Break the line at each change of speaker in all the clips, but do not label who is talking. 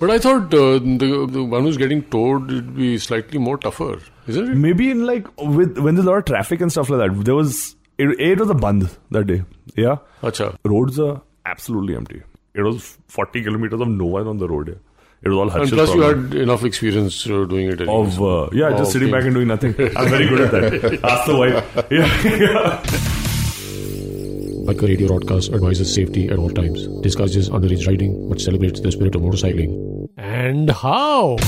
But I thought uh, the, the one who's getting towed would be slightly more tougher, isn't it?
Maybe in like with when there's a lot of traffic and stuff like that. There was it, it was a band that day. Yeah,
Acha.
roads are absolutely empty. It was 40 kilometers of no one on the road. Yeah. It was all
And
Harsh's
plus, you
problem.
had Oh, enough experience uh, doing it. Anyway.
of uh, yeah,
Of
just sitting
being-
back and doing nothing. I'm very good at that. Ask the wife. Yeah.
Biker Radio Broadcast advises safety at all times, discourages underage riding, but celebrates the spirit of motorcycling. And how?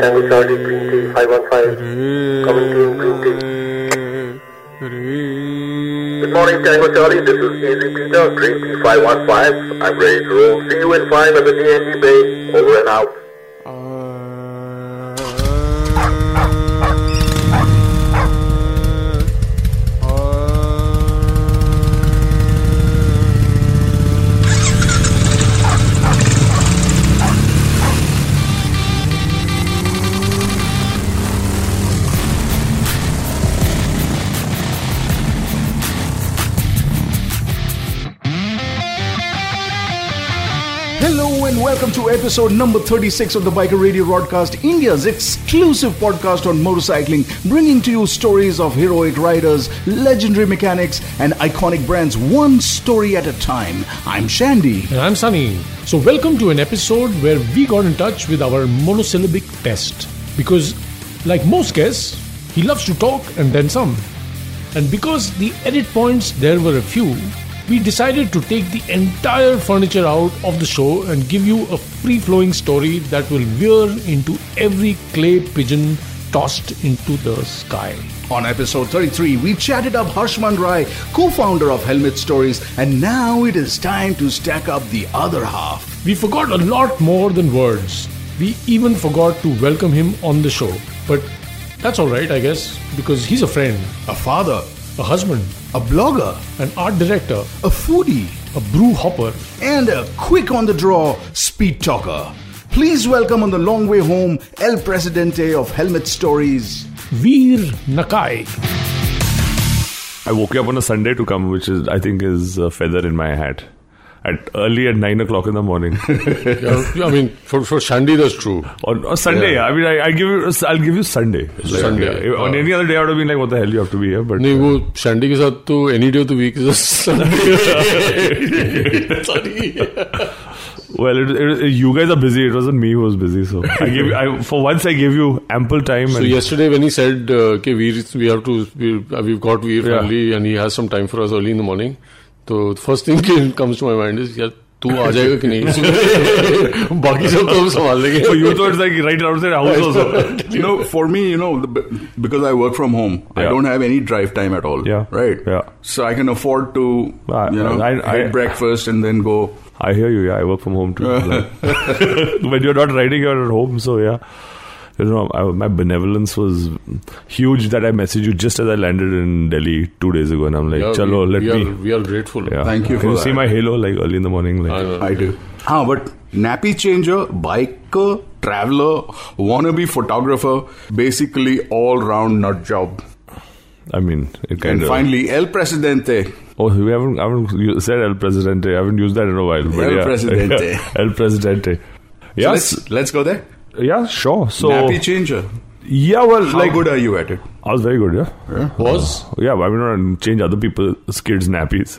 Tango Charlie Green Tea 515. Coming to Green Tea. Good morning, Tango Charlie. This is Easy Peter, Green Tea 515. I'm ready to roll. See you in 5 at the DNG Bay. Over and out.
Hello and welcome to episode number 36 of the Biker Radio Broadcast, India's exclusive podcast on motorcycling, bringing to you stories of heroic riders, legendary mechanics, and iconic brands, one story at a time. I'm Shandy.
And I'm Sunny. So, welcome to an episode where we got in touch with our monosyllabic test. Because, like most guests, he loves to talk and then some. And because the edit points there were a few, we decided to take the entire furniture out of the show and give you a free flowing story that will veer into every clay pigeon tossed into the sky.
On episode 33, we chatted up Harshman Rai, co founder of Helmet Stories, and now it is time to stack up the other half.
We forgot a lot more than words. We even forgot to welcome him on the show. But that's alright, I guess, because he's a friend,
A father,
a husband,
a blogger,
an art director,
a foodie,
a brew hopper.
and a quick on the draw speed talker. Please welcome on the long way home El Presidente of Helmet Stories.
Veer Nakai.
I woke up on a Sunday to come, which is I think is a feather in my hat. At early at nine o'clock in the morning
yeah, I mean, for, for Shandy, that's true.
on, on Sunday.
Yeah.
I mean, I, I give you, I'll give you Sunday. Like,
Sunday,
yeah. On
uh,
any other day, I would have been like, "What the hell, you have to be here?" But
नहीं वो Sandy के साथ तो any day of the week is sorry
well, it, it, you guys are busy. It wasn't me who was busy. So I give, I, for once, I gave you ample time.
So
and
तो yesterday when he said uh, okay we we have to we, uh, we've got Veer
Yeah.
finally and he has some time for us early in the morning तो first thing that comes to my mind is यार तू आ जाएगा कि नहीं बाकी सब तो हम संभाल लेंगे
for you, though, it's like right outside the house also.
you know, for me, you know, the, b- because I work from home, I
Yeah.
don't have any drive time at all.
Yeah.
Right.
Yeah.
So I can afford to,
Ah,
you know,
I-
eat
I-
breakfast and then go.
I hear you. Yeah, I work from home too. when you're not riding, you're at home. So yeah, you know, I, my benevolence was huge that I messaged you just as I landed in Delhi two days ago, and I'm like,
Yeah,
"Chalo,
we,
let
we
me."
are, we are grateful Uh,
yeah.
Thank you
Can
for
you
that.
see my halo like early in the morning? Like,
I do. Ah, but nappy changer, biker, traveler, wannabe photographer, basically all round nut job.
I mean, it kind
And
of.
finally, El Presidente.
oh, we haven't, I haven't u- said El Presidente. I haven't used that in a while. But
El
yeah.
Presidente.
El Presidente.
So
Yes.
let's, let's go there.
yeah. Sure. So.
nappy changer.
yeah. Well,
How
like,
good are you at it?
I was very good. Yeah.
was
Yeah. Why would not change other people's kids' nappies?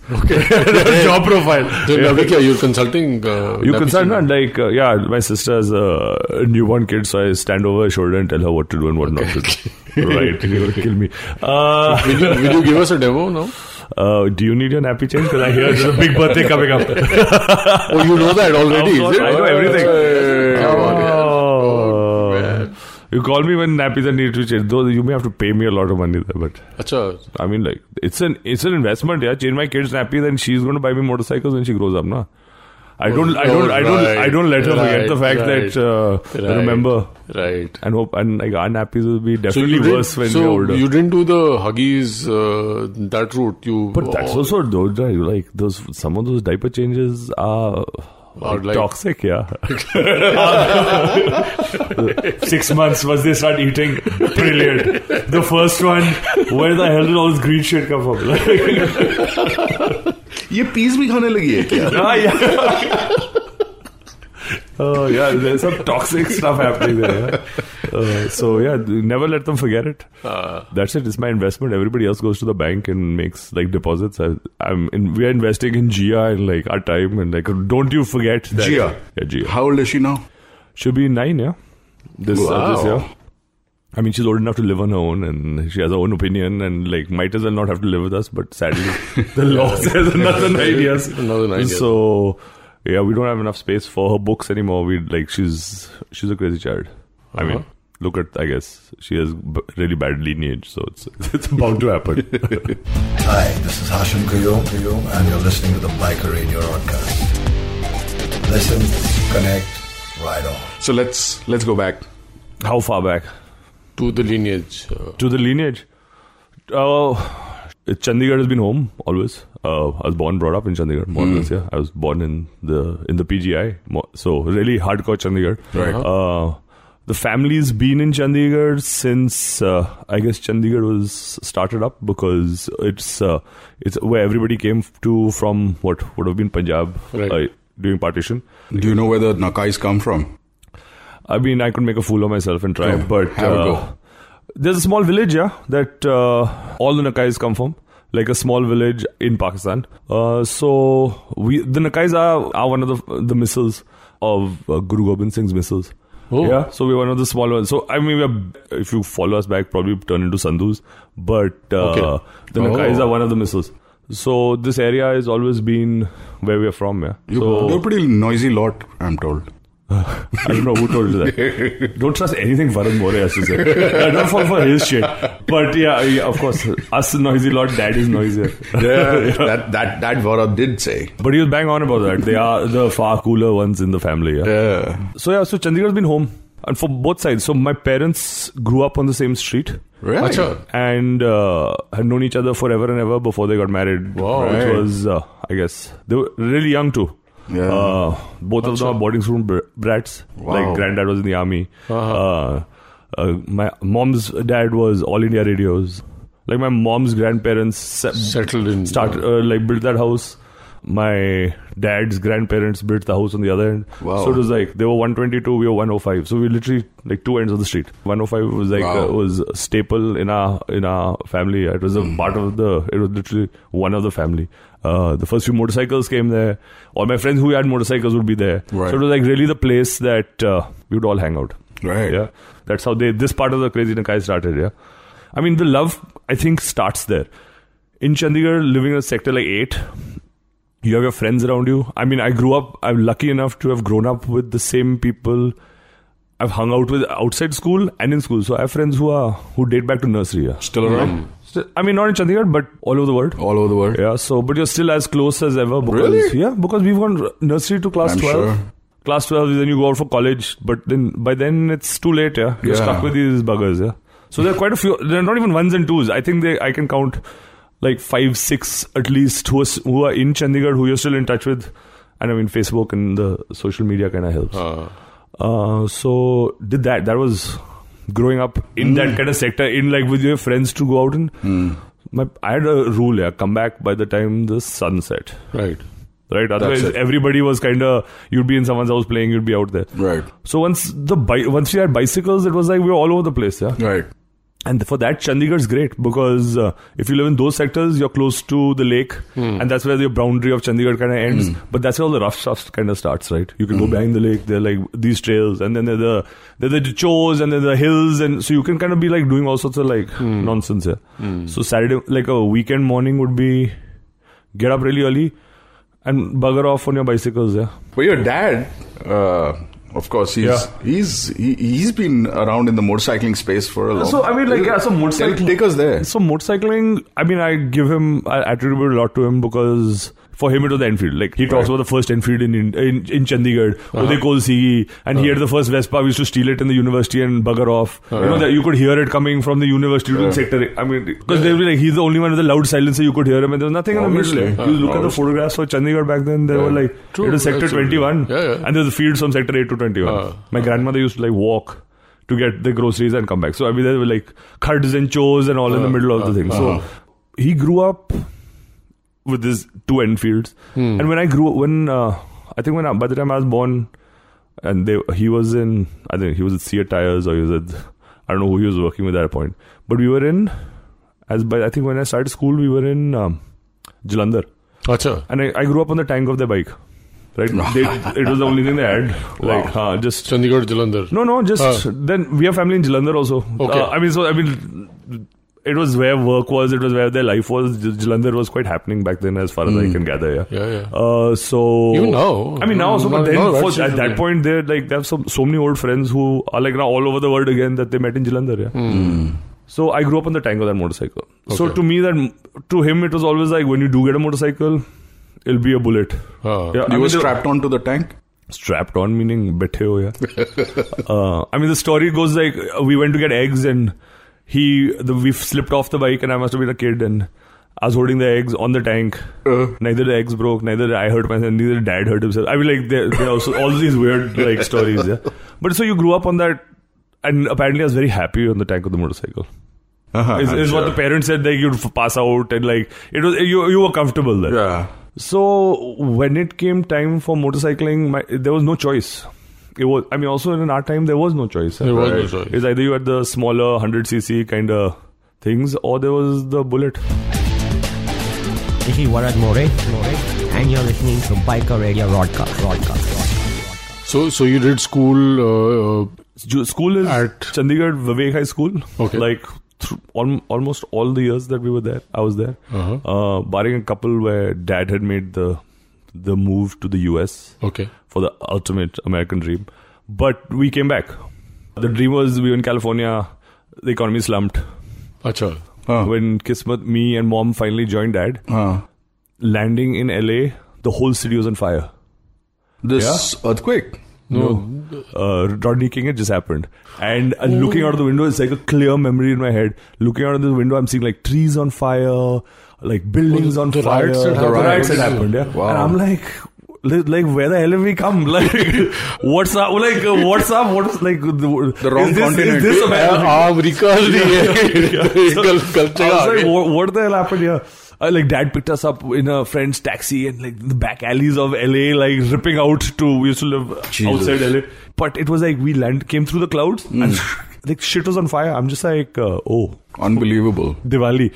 job profile तो अभी क्या you're consulting uh,
You
that
concerned
person?
not like uh, yeah, my sister has a newborn kid, so I stand over her shoulder and tell her what to do and what not to do. right, you will kill me. Uh,
will you, will you give us a demo now
uh, do you need your nappy change? Because I hear there's a big birthday coming up.
oh you know that already
Of course,
is it?
Oh, I know everything.
Come on, yeah.
Oh.
man.
you call me when nappies are needed to change. Though you may have to pay me a lot of money, there, but
अच्छा
I mean, like it's an it's an investment. Yeah, change my kid's nappy, then she's going to buy me motorcycles when she grows up, na. I don't, I don't, I don't, I don't let her forget the fact that uh,
Oh, Right.
remember
Right.
and hope and like our nappies will be
So
definitely
you did,
worse when
so
we're older.
you didn't do the Huggies uh, that route. You
but that's also those right, like those some of those diaper changes are.
Are
like
like-
toxic, yeah. Six months once they start eating, brilliant. The first one, where the hell did all this green shit come from? Like,
ये piece भी खाने लगी है क्या
Ah, yeah. Oh yeah, there's some toxic stuff happening there. yeah. Uh, so yeah, never let them forget it. That's it. It's my investment. Everybody else goes to the bank and makes like deposits. I, I'm in, we are investing in Gia and like our time and like don't you forget that.
Gia.
yeah, Gia
How old is she now?
should be nine. Yeah, this uh, this
Wow.
year. I mean, she's old enough to live on her own, and she has her own opinion, and like might as well not have to live with us. But sadly, the law says another nine years.
Another nine years.
So yeah, we don't have enough space for her books anymore. We like she's she's a crazy child. I mean,
Uh-huh.
look at I guess she has b- really bad lineage, so it's it's bound to happen.
Hi, this is Hashim Kuyum, Kuyum, and you're listening to the Biker Radio Broadcast. Listen, connect, ride on.
So let's let's go back.
How far back
to the lineage. Uh,
to the lineage? Uh, Chandigarh has been home always. Uh, I was born, brought up in Chandigarh. More or less, yeah. I was born in the in the PGI, mo- so really hardcore Chandigarh.
Right.
Uh, the family's been in Chandigarh since uh, I guess Chandigarh was started up because it's uh, it's where everybody came to from what would have been Punjab
Right.
uh, during partition.
Do you know where the Nakais come from?
I mean, I could make a fool of myself and try,
Yeah,
but uh,
have a go.
There's a small village, yeah, that uh, all the Nakais come from, like a small village in Pakistan. Uh, so we, the Nakais are, are one of the the missiles of uh, Guru Gobind Singh's missiles.
Oh.
Yeah, so we're one of the small ones. So I mean, we're, if you follow us back, probably turn into Sandhus, but uh,
Okay.
the Nakais
Oh.
are one of the missiles. So this area has always been where we're from, yeah.
You,
so,
You're a pretty noisy lot, I'm told.
I don't know who told you that. don't trust anything Varun More has to say. I don't fall for his shit. But yeah, yeah, of course, us noisy lot, dad is noisier.
that that that Vara did say.
But he was bang on about that. They are the far cooler ones in the family. Yeah. So yeah, so Chandigarh's been home, and for both sides. So my parents grew up on the same street
Really?
Acha.
and uh, had known each other forever and ever before they got married.
Wow.
Which
Right.
was, uh, I guess, they were really young too.
Yeah.
Uh, both of them are boarding school br- brats. Like granddad was in the army. Uh, uh, my mom's dad was All India Radios. Like my mom's grandparents se-
settled in
Hmm.
start uh, like built that house. My dad's grandparents built the house on the other end.
Wow.
So it was like they were 122, we were 105. So we literally like two ends of the street. 105 was like
Wow.
uh, was a staple in our in our family. It was a
Hmm.
part of the. It was literally one of the family. Uh, the first few motorcycles came there. All my friends who had motorcycles would be there.
Right.
So it was like really the place that uh, we would all hang out.
Right.
Yeah. That's how they this part of the crazy Nakai started, yeah. I mean the love I think starts there. In Chandigarh, living in a sector like eight, you have your friends around you. I mean, I grew up I'm lucky enough to have grown up with the same people I've hung out with outside school and in school. So I have friends who are who date back to nursery, yeah.
Still around?
So, I mean not in Chandigarh, but all over the world.
All over the world.
Yeah, so but you're still as close as ever because
Really?
yeah, because we've gone r- nursery to class
I'm
twelve.
sure.
Class twelve, then you go out for college, but then by then it's too late. Yeah, you're
Yeah.
stuck with these buggers. Yeah, so there are quite a few. There are not even ones and twos. I think they I can count like five, six at least who are, s- who are in Chandigarh who you're still in touch with, and I mean Facebook and the social media kind of helps. Uh, so did that. That was growing up in that kind of sector, in like with your friends to go out and. My, I had a rule, yeah. Come back by the time the sun set,
right.
right? Otherwise,
it.
everybody was kind of you'd be in someone's house playing, you'd be out there.
Right.
So once the bi- once we had bicycles, it was like we were all over the place, yeah.
Right.
And for that, Chandigarh's great because uh, if you live in those sectors, you're close to the lake,
Hmm.
and that's where the boundary of Chandigarh kind of ends. But that's where all the rough stuff kind of starts, right? You can
Hmm.
go behind the lake. There are like these trails, and then there are the there are the chores, and then the hills, and so you can kind of be like doing all sorts of like
Hmm.
nonsense here. So Saturday, like a weekend morning, would be get up really early and bugger off on your bicycles, yeah.
But your dad, uh, of course, he's
Yeah.
he's he, he's been around in the motorcycling space for a long.
So I mean, like yeah, so motorcycle.
Take, take us there.
So motorcycling, I mean, I give him, I attribute a lot to him because For him, it was the Enfield. Like he talks about the first Enfield in in, in, in Chandigarh,
Uh-huh.
Uday Kol Sighi, E, and he had the first Vespa. We used to steal it in the university and bugger off. You
Uh-huh.
know that you could hear it coming from the university to the sector. I mean, because they were like he's the only one with a loud silencer. You could hear him, and there was nothing
Obviously.
in the middle. You look at the photographs for Chandigarh back then. They were like
True,
it was sector
that's true.
twenty one,
Yeah, yeah.
and there's a field from sector eight to twenty one. My grandmother used to like walk. To get the groceries and come back. So, I mean, there were like khards and chores and all in the middle of the thing. So, he grew up with his two Enfields. And when I grew, when uh, I think when I, by the time I was born, and they, he was in, I think he was at Seat Tires or he was at, I don't know who he was working with at that point. But we were in, as by I think when I started school, we were in um, Jalandhar,
अच्छा
and I, I grew up on the tank of their bike. Right, they, it was the only thing they had. Like, huh, just
Chandigarh Jalandhar
no, no, just
Uh.
then we have family in Jalandhar also.
Okay.
Uh, I mean, so I mean, it was where work was, it was where their life was. J- Jalandhar was quite happening back then, as far as I can gather. Yeah,
Hmm. Yeah, yeah.
Uh, so
Even now.
I mean, now also,
Now-
but then
now that's
for, at
really-
that point, they're like they have some so many old friends who are like now all over the world again that they met in Jalandhar. Yeah. So I grew up on the tango that motorcycle. So to me, that to him, it was always like when you do get a motorcycle, it'll be a bullet.
हाँ
Uh, Yeah, I
You
mean,
were
the-
strapped onto the tank?
strapped on meaning bethe ho yeah. uh, I mean the story goes like uh, we went to get eggs and he the, we slipped off the bike and I must have been a kid and I was holding the eggs on the tank.
Uh.
Neither the eggs broke, neither I hurt myself, neither dad hurt himself. I mean like there there are also all these weird like stories. Yeah, but so you grew up on that and apparently I was very happy on the tank of the motorcycle.
Uh-huh,
Is,
I'm
is what
sure.
the parents said like you'd f- pass out and like it was you you were comfortable there.
Yeah.
So when it came time for motorcycling, my, there was no choice. It was, I mean, also in our time, there was no choice.
There was no choice.
It's either you had the smaller 100 cc kind of things, or there was the bullet.
This is Varad More, and you're listening to Biker Radio Rodcast. Rodcast.
so so you did school uh,
Ju- School is
At-
Chandigarh Vivek High School.
Okay.
Like through, al- almost all the years that we were there, I was there.
Uh-huh.
Uh, barring a couple where Dad had made the the move to the US.
uh, okay
for the ultimate American dream. But we came back. The dream was we were in California, the economy slumped.
अच्छा
When Kismet, me, and mom finally joined dad,
Uh,
landing in LA, the whole city was on fire.
this earthquake.
Uh, Rodney King had just happened. And uh, looking out of the window, it's like a clear memory in my head. Looking out of the window, I'm seeing like trees on fire, like buildings on
the
fire.
riots had
the
happened.
riots had happened, yeah. And I'm like, li- like where the hell have we come? Like, what's up? Like, uh, what's up? What's like the, the
wrong
is this,
continent.
Is this America?
America नहीं
So,
है कल कल
I was
चला
like, what, what the hell happened here? Uh, like dad picked us up in a friend's taxi and like the back alleys of LA, like ripping out to we used to live outside LA. But it was like we land came through the clouds
Hmm.
and like shit was on fire. I'm just like, uh, oh,
Unbelievable.
Diwali,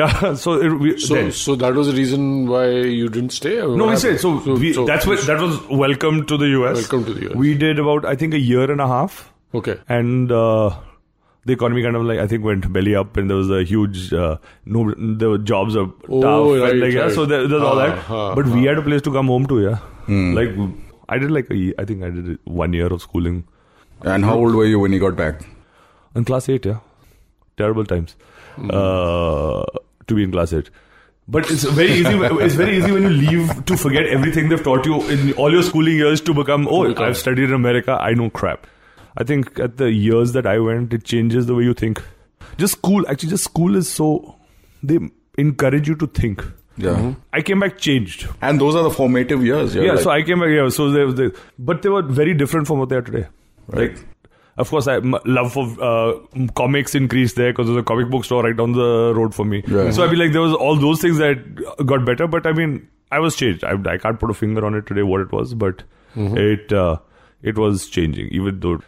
yeah. So it, we,
So,
then-
so that was the reason why you didn't stay? or
no,
what
we said
happened?
so. we, that's what that was. Welcome to the US.
Welcome to the US.
We did about I think a year and a half.
Okay.
and uh, the economy kind of like I think went belly up, and there was a huge uh, no, the jobs are
Oh,
tough,
right,
and like yeah,
right.
so there, there's all
Ah,
that.
ah,
but we had a place to come home to, yeah. Like I did like a ye- I think I did one year of schooling
And how old were you when you got back?
in class eight, yeah. Terrible times uh, to be in class eight. Hmm. But it's very easy. It's very easy when you leave to forget everything they've taught you in all your schooling years to become. Oh, I've studied in America. I know crap. I think at the years that I went, it changes the way you think. Just school, actually, just school is so they encourage you to think.
Yeah.
I came back changed.
And those are the formative years.
Yeah, so I came back here. So they, they, but they were very different from what they are today. Like, of course, I, my love for uh, comics increased there because there's a comic book store right down the road for me.
Yeah.
So I mean, like, there was all those things that got better. But I mean, I was changed. I, I can't put a finger on it today what it was, but
Mm-hmm.
it uh, it was changing, even though.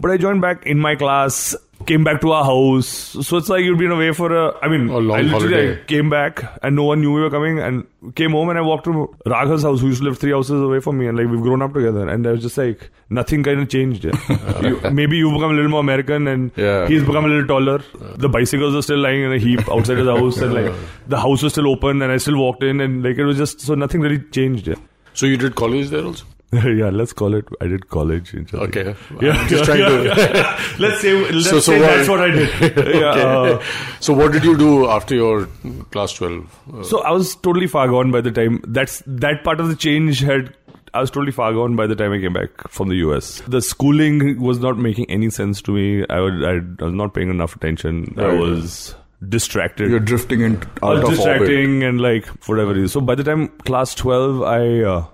But I joined back in my class, came back to our house. So it's like you'd been away for a. I mean,
A long
I literally,
holiday.
I came back and no one knew we were coming and came home and I walked to Raghav's house who used to live three houses away from me and like we've grown up together and I was just like nothing kind of changed yeah. You- maybe you've become a little more American and
Yeah.
he's become a little taller the bicycles are still lying in a heap outside his house and like the house was still open and I still walked in and like it was just so nothing really changed yeah.
So you did college there also?
yeah, let's call it. I did college. in Chhattisgarh.
Okay.
Yeah,
I'm just trying
yeah,
to-
yeah. let's say let's
So- so
say
what-
that's what I did. Yeah, uh,
So what did you do after your class 12? Uh,
so I was totally far gone by the time that's that part of the change had. I was totally far gone by the time I came back from the US. The schooling was not making any sense to me. I, would, I, I was not paying enough attention. I
Right.
was distracted.
You're drifting in
I
out
was
of orbit.
distracting and like whatever it is. So by the time class twelve, I uh,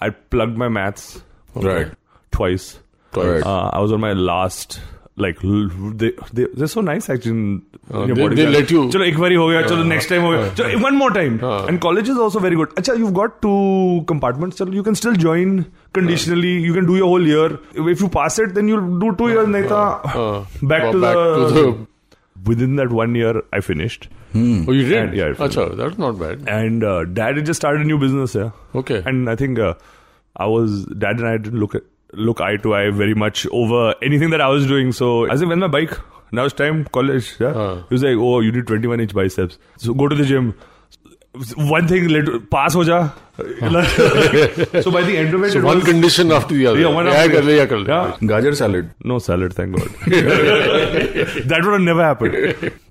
I plugged my maths
Right.
twice.
Correct.
Uh, I was on my last. Like l- they they they're so nice actually. In, in your
Uh, they-
body
they
plan.
let you-
Chalo, ek bari ho gaya. Chalo, next time ho gaya. Chalo, one more time. and college is also very good. Acha, you've got two compartments. Chalo, you can still join conditionally. You can do your whole year. If you pass it, then you'll do two years. Naita, Uh, back,
go
to,
back
the,
to the.
Hmm.
within that one year, I finished.
Oh, you did?
And- yeah, I finished.
Acha, that's not bad.
And uh, dad had just started a new business. Yeah.
Okay.
And I think uh, I was dad and I didn't look at, look eye to eye very much over anything that I was doing. So I said, when my bike now it's time college. Yeah. He was like, oh, you need 21 inch biceps. So go to the gym. One thing let pass ho ja. so by the end of it,
So
it
one
was-
condition after the other.
yeah, one
yeah,
after
kar
the
le, yeah, kar le.
yeah.
Gajar salad.
No salad, thank God. that would have never happened.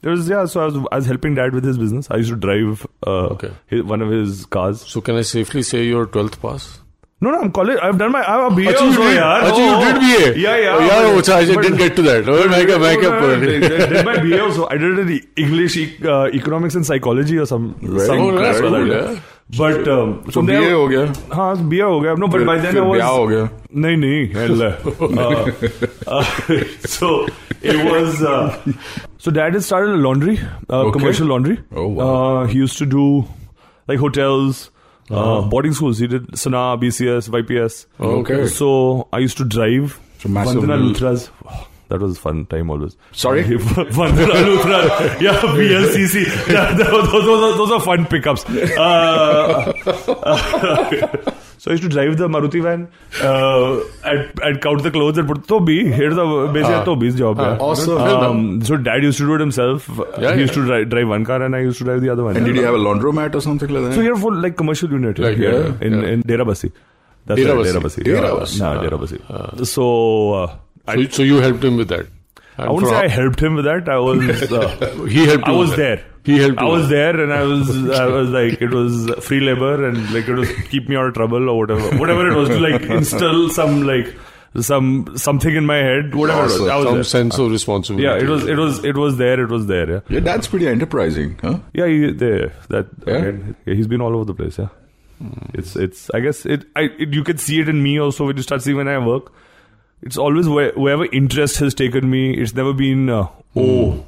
There was yeah. So I was I was helping dad with his business. I used to drive uh,
Okay.
his, one of his cars.
So can I safely say your 12th pass?
No, no, I'm college. I've done my I'm a BA.
Achha, you
also,
did,
yaar.
Achha,
Oh,
you did BA.
Yeah, yeah.
Oh, yeah,
But-
oh, I
but-
didn't get to that. Oh, my God, my
No, no,
God.
no, did- did did my BA also. I did an e- English, e- uh, economics, and psychology or some. some
Oh, that's
crap like
cool,
that.
yeah.
But um,
So
from there-
BA हो गया.
हाँ BA हो गया no but by then I
फिर
was
ब्याह हो गया.
नहीं नहीं hell uh, uh, so it was uh, so dad had started a laundry uh, commercial laundry
Oh, wow.
uh, he used to do like hotels uh, boarding schools he did Sana BCS YPS
Okay.
so I used to drive
So massive
Vandana
little-
Luthra's oh, that was a fun time always
Sorry?
Vandana Luthra yeah BLCC Yeah, those, those, those, those are fun pickups uh, so I used to drive the Maruti van uh, and, and count the clothes and put Tobi. Here's the basically uh, Tobi's job. yeah.
awesome.
Um, so dad used to do it himself.
yeah.
he used to drive, drive one car and I used to drive the other one.
And did you have a laundromat or something like that?
so here for like commercial unit
Like,
here
yeah,
in in Derabasi. That's right,
Derabasi.
Derabasi.
Derabasi.
Yeah, Derabasi. so. Uh,
So, so you helped him with that. And
I wouldn't say
from-
I helped him with that. I was uh,
He helped
I
you
was
with that.
there.
He helped
I
you
was
with
there, and I was I was like it was free labor, and like it was keep me out of trouble or whatever, whatever it was to like instill some like some something in my head, whatever. it was. I was
Some
there.
sense of responsibility.
yeah, it was it was it was there. It was there. Yeah,
Your dad's pretty enterprising, huh?
yeah. He, there that
Yeah?
again, he's been all over the place. Yeah, it's it's. I guess it. I it, you can see it in me also when you start seeing when I work. It's always where, wherever interest has taken me. It's never been uh, oh.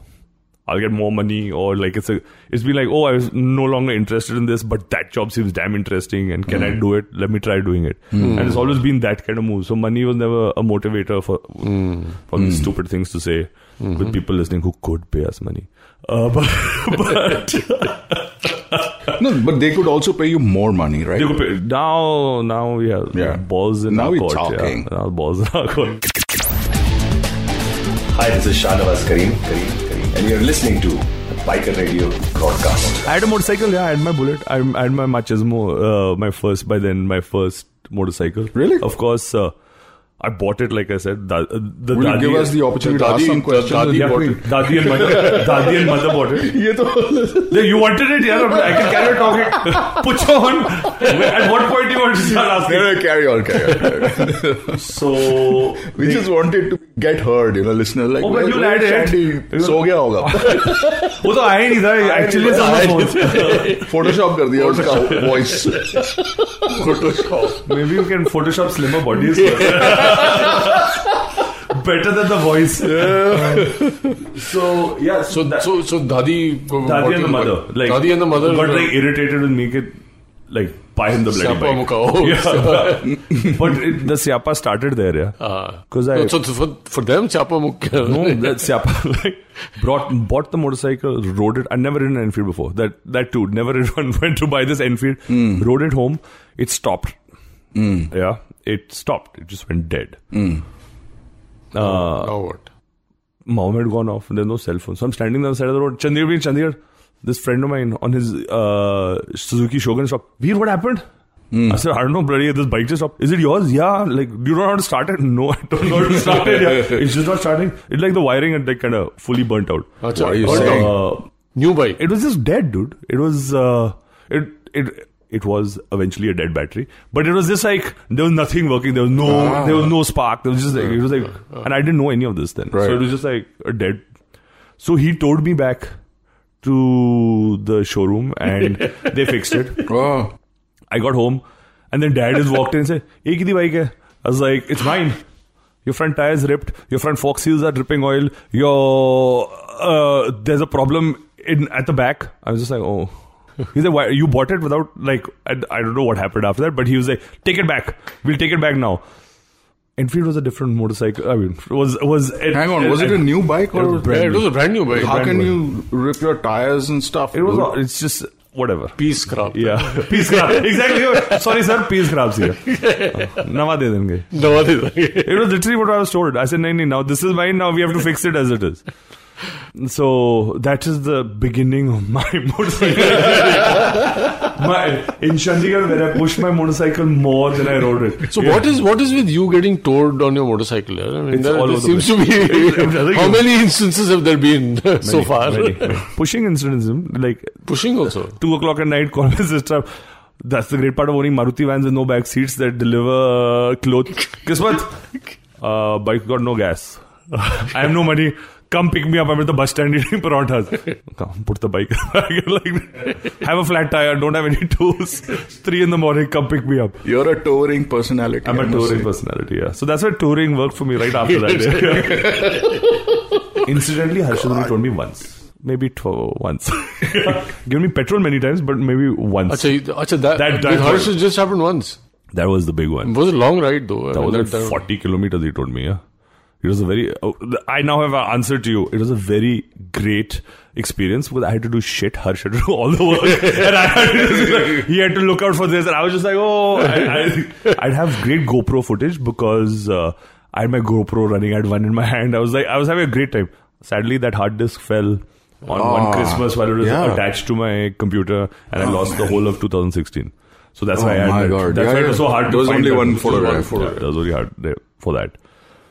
I'll get more money, or like it's a, it's been like, oh, I was no longer interested in this, but that job seems damn interesting, and can
Hmm.
I do it? Let me try doing it. And it's always been that kind of move. So money was never a motivator for
Hmm.
for these stupid things to say with people listening who could pay us money. Uh, but but
No, but they could also pay you more money, right?
they could pay- now now we have
Yeah.
balls in
Now
our
we're
court.
talking.
Yeah. Now balls in our court.
Hi, this is Shahnawaz Kareem, Kareem, Kareem, and you're listening to the Biker Radio broadcast.
I had a motorcycle. Yeah, I had my bullet. I, I had my machismo. Uh, my first by then, my first motorcycle.
Really?
Of course, uh, I bought it. Like I said, da, uh, the
Will you
dadi-
give us the opportunity to ask
Dadi-
some questions?
Dadi
in
yeah,
between?
dadi and mother, dadi and mother bought it.
ये तो-
Yeah, you wanted it, yeah? I can carry on talking. Put on. At what point do you want to start
No,
asking?
no, carry on, carry on. carry on.
So
We just wanted to get heard, you know, listener. Like,
Oh, but
well,
you'll add it.
Shandy, सो गया होगा
वो तो आया ही नहीं था actually
Photoshop कर दिया उसका voice photoshop
Maybe you can Photoshop slimmer bodies. Better than the voice. so yeah, so
So,
that,
so, so Dadi.
Dadi and the mother, like
Dadi and the mother.
got like irritated with me. Kid, like buy him the bloody
Siapa
bike.
mukha. Oh,
Yeah. but it, the Siapa started there, yeah.
Ah.
Because I
No, so for, for them, Chapa Mukha.
no, that Siapa like brought bought the motorcycle, rode it. I never ridden an Enfield before. That that too. Never ridden- went to buy this Enfield.
Hmm.
Rode it home. It stopped. Yeah, it stopped. It just went dead.
Now what?
mom had gone off. There's no cell phone. So I'm standing on the side of the road. Chandir being Chandir, this friend of mine on his uh, Suzuki Shogun shop. Veer, what happened? I said, I don't know, bloody, this bike just stopped. Is it yours? Yeah. Like, you don't know how to start it? No, I don't know how to start it. Yeah. It's just not starting. It's like the wiring had like kind of fully burnt out.
Acha,
What are you
burnt
saying?
out.
Uh,
New bike.
it was just dead, dude. It was uh, it it it was eventually a dead battery, but it was just like there was nothing working. There was no there was no spark. There was just like it was like, and I didn't know any of this then,
Right.
so it was just like a dead. So he towed me back to the showroom, and they fixed it.
Oh,
I got home, and then dad just walked in and said, "Hey, kidi bike hai?" I was like, "It's mine." Your front tire is ripped. Your front fork seals are dripping oil. Your uh, there's a problem in at the back. I was just like, "Oh." He said, "Why you bought it without like I, I don't know what happened after that?" But he was like, "Take it back. We'll take it back now." Enfield was a different motorcycle. I mean, was was it,
hang on. Was it a new bike or
Yeah, it was a brand new bike.
How
Brand
can
new.
you rip your tires and stuff?
It was.
dude?
not- It's just whatever.
Peace crop.
Yeah, peace crabs. Exactly. Sorry, sir. Peace crabs here. Uh, नवा दे देंगे.
Nawa de denge.
It was literally what I was told. I said, "No, no, now this is mine. Now we have to fix it as it is." So that is the beginning of my motorcycle. my in Chandigarh, where I pushed my motorcycle more than I rode it.
So what is what is with you getting towed on your motorcycle? yeah? I mean,
It's
there,
all
there
over the
seems to be how many instances have there been so far?
pushing incidents, like
Pushing also.
two o'clock at night, call my sister. That's the great part of owning Maruti vans with no back seats that deliver clothes. Kismat, uh, bike got no gas. I have no money. Come pick me up. I'm at the bus stand eating paranthas. Come put the bike back. like, that. have a flat tire. Don't have any tools. Three in the morning. Come pick me up.
You're a touring personality.
I'm
I
a
must
touring
say.
personality. Yeah. So that's why touring worked for me right after that. Incidentally, Harshad told me once. Maybe tw- once. Given me petrol many times, but maybe once.
Acha, you- acha, that, that,
That- that-
Harsh it just happened once.
That was the big
It
one.
was a long ride though. I
That
mean,
was like
that-
40 kilometers, he told me. Yeah. It was a very. oh, th- I now have an answer to you. It was a very great experience because I had to do shit. Harsh had to do all the work. and I had to just be like- he had to look out for this. And I was just like, oh. I, I, would have great GoPro footage because uh, I had my GoPro running. I had one in my hand. I was like, I was having a great time. Sadly, that hard disk fell. On one Christmas, while it was
yeah.
attached to my computer, and I lost the whole of 2016. So that's why I
Oh,
had
my
it.
God.
That's
Yeah,
why it
yeah.
was so hard to
There was
find
only
that.
one
It was so
photograph,
hard-
photograph.
Yeah, that was really hard there for that.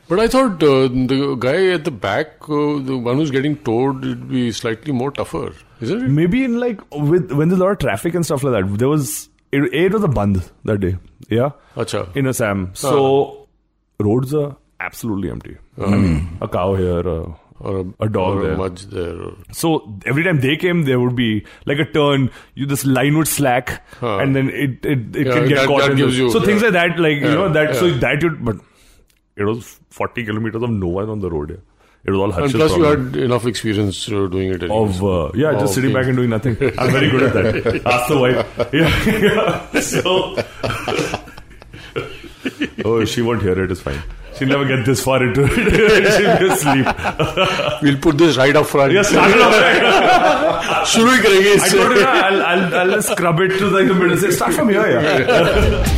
But I thought uh, the guy at the back, uh, the one who's getting towed, would be slightly more tougher, isn't it?
Maybe in like with when there's a lot of traffic and stuff like that, there was it, it was a band that day. Yeah,
Acha.
in Assam. So Uh, roads are absolutely empty. I
Hmm.
mean, a cow here. A,
Or
a dog
or
there.
a mudge there. or-
so every time they came, there would be like a turn. You this line would slack,
Huh.
and then it it, it
Yeah,
can get
that-
caught.
that
in
gives
the-
you-
so things
yeah.
like that, like you
Yeah,
know that. So
yeah.
that you but it was forty kilometers of no one on the road. Yeah. It was all
And
Harsh's
plus, you
problem.
had enough experience uh, doing it. anyway.
of uh, yeah,
Oh,
just sitting
okay.
back and doing nothing. I'm very good at that. Ask the wife. Yeah, yeah. so. oh, she won't hear it. It's fine. She'll never get this far into it. She'll be asleep.
we'll put this right up front.
Yeah, start it off. right.
शुरू ही करेंगे
I
इससे
told her I'll, I'll, I'll just scrub it to like the middle. Say, start from here. Yeah.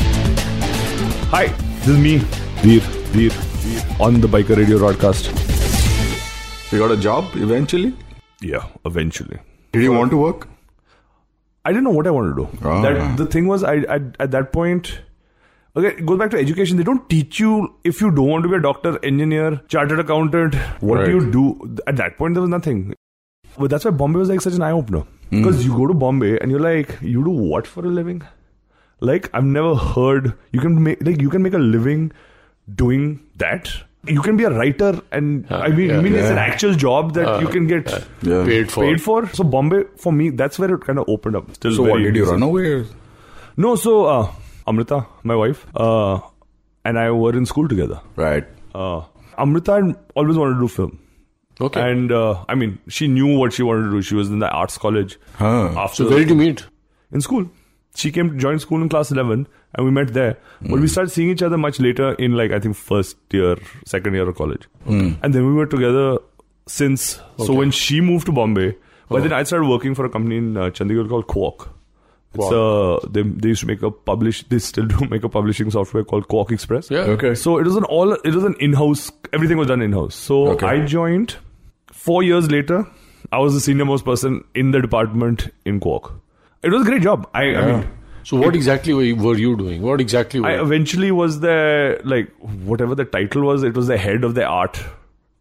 Hi, this is me, Veer, Veer, on the Biker Radio broadcast.
You got a job eventually?
Yeah, eventually.
Did you want to work?
I didn't know what I wanted to do.
Ah.
That, the thing was, I, I at that point, okay, it goes back to education. They don't teach you if you don't want to be a doctor, engineer, chartered accountant. What do you
Right.
do? At that point, there was nothing. But that's why Bombay was like such an eye opener
Hmm.
because you go to Bombay and you're like, you do what for a living? Like I've never heard you can make like you can make a living doing that. You can be a writer, and I mean, I
yeah.
mean, it's an actual job that you can get
Uh, Yeah.
paid for.
paid for. So Bombay for me, that's where it kind of opened up. Still,
So
very
what did you
recent.
run away?
No, so uh, Amrita, my wife, uh, and I were in school together.
Right.
Uh, Amrita had always wanted to do film,
Okay.
and uh, I mean, she knew what she wanted to do. She was in the arts college
Huh.
after
so where did you meet?
in school. She came to join school in class eleven, and we met there. But we started seeing each other much later in like I think first year, second year of college, and then we were together since. So when she moved to Bombay, but then I started working for a company in uh, Chandigarh called Quark. It's uh, they, they used to make a publish. They still do make a publishing software called Quark Express.
Yeah.
Okay.
So it was an all. It was an in-house. Everything was done in-house. So
Okay.
I joined. Four years later, I was the senior most person in the department in Quark. It was a great job. I, I mean,
So what exactly were you, were you doing? What exactly were
I
you?
eventually was the like whatever the title was, it was the head of the art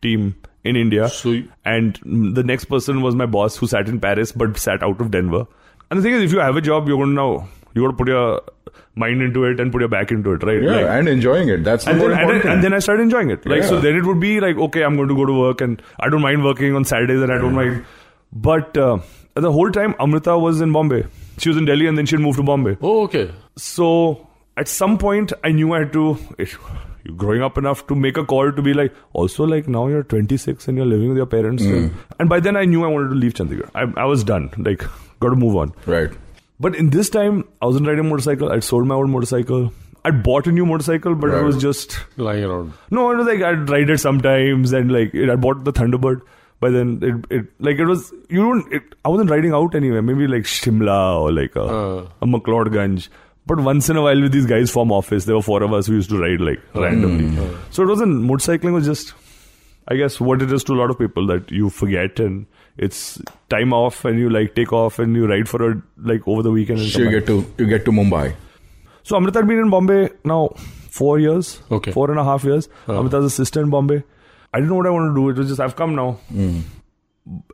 team in India.
So you-
and mm, the next person was my boss who sat in Paris but sat out of Denver. And the thing is, if you have a job, you're gonna know you gotta put your mind into it and put your back into it, right?
Yeah,
Like-
and enjoying it. That's the
and
more
then, and,
important.
then, and then I started enjoying it. Like so,
Yeah.
then it would be like, okay, I'm going to go to work, and I don't mind working on Saturdays, and I don't mind. But uh, the whole time, Amrita was in Bombay. She was in Delhi, and then she moved to Bombay.
Oh, okay.
So at some point, I knew I had to. It, you're growing up enough to make a call to be like. Also, like now you're 26 and you're living with your parents,
Mm.
and, and by then I knew I wanted to leave Chandigarh. I, I was done. Like, got to move on.
right.
But in this time, I wasn't riding a motorcycle. I'd sold my old motorcycle. I bought a new motorcycle, but it
Right.
was just
Lying around.
no, it was like I'd ride it sometimes, and like it, I bought the Thunderbird. But then it, it like it was you don't. It, I wasn't riding out anywhere. Maybe like Shimla or like a,
Uh.
a McLeodganj. But once in a while, with these guys from office, there were four of us who used to ride like
Uh.
randomly. So it wasn't motorcycling was just, I guess, what it is to a lot of people that you forget and it's time off and you like take off and you ride for a like over the weekend. And
So
come
you
back.
get to you get to Mumbai.
So Amrita had been in Bombay now four years,
Okay.
four and a half years. Amrita's a sister in Bombay. I didn't know what I want to do. It was just I've come now.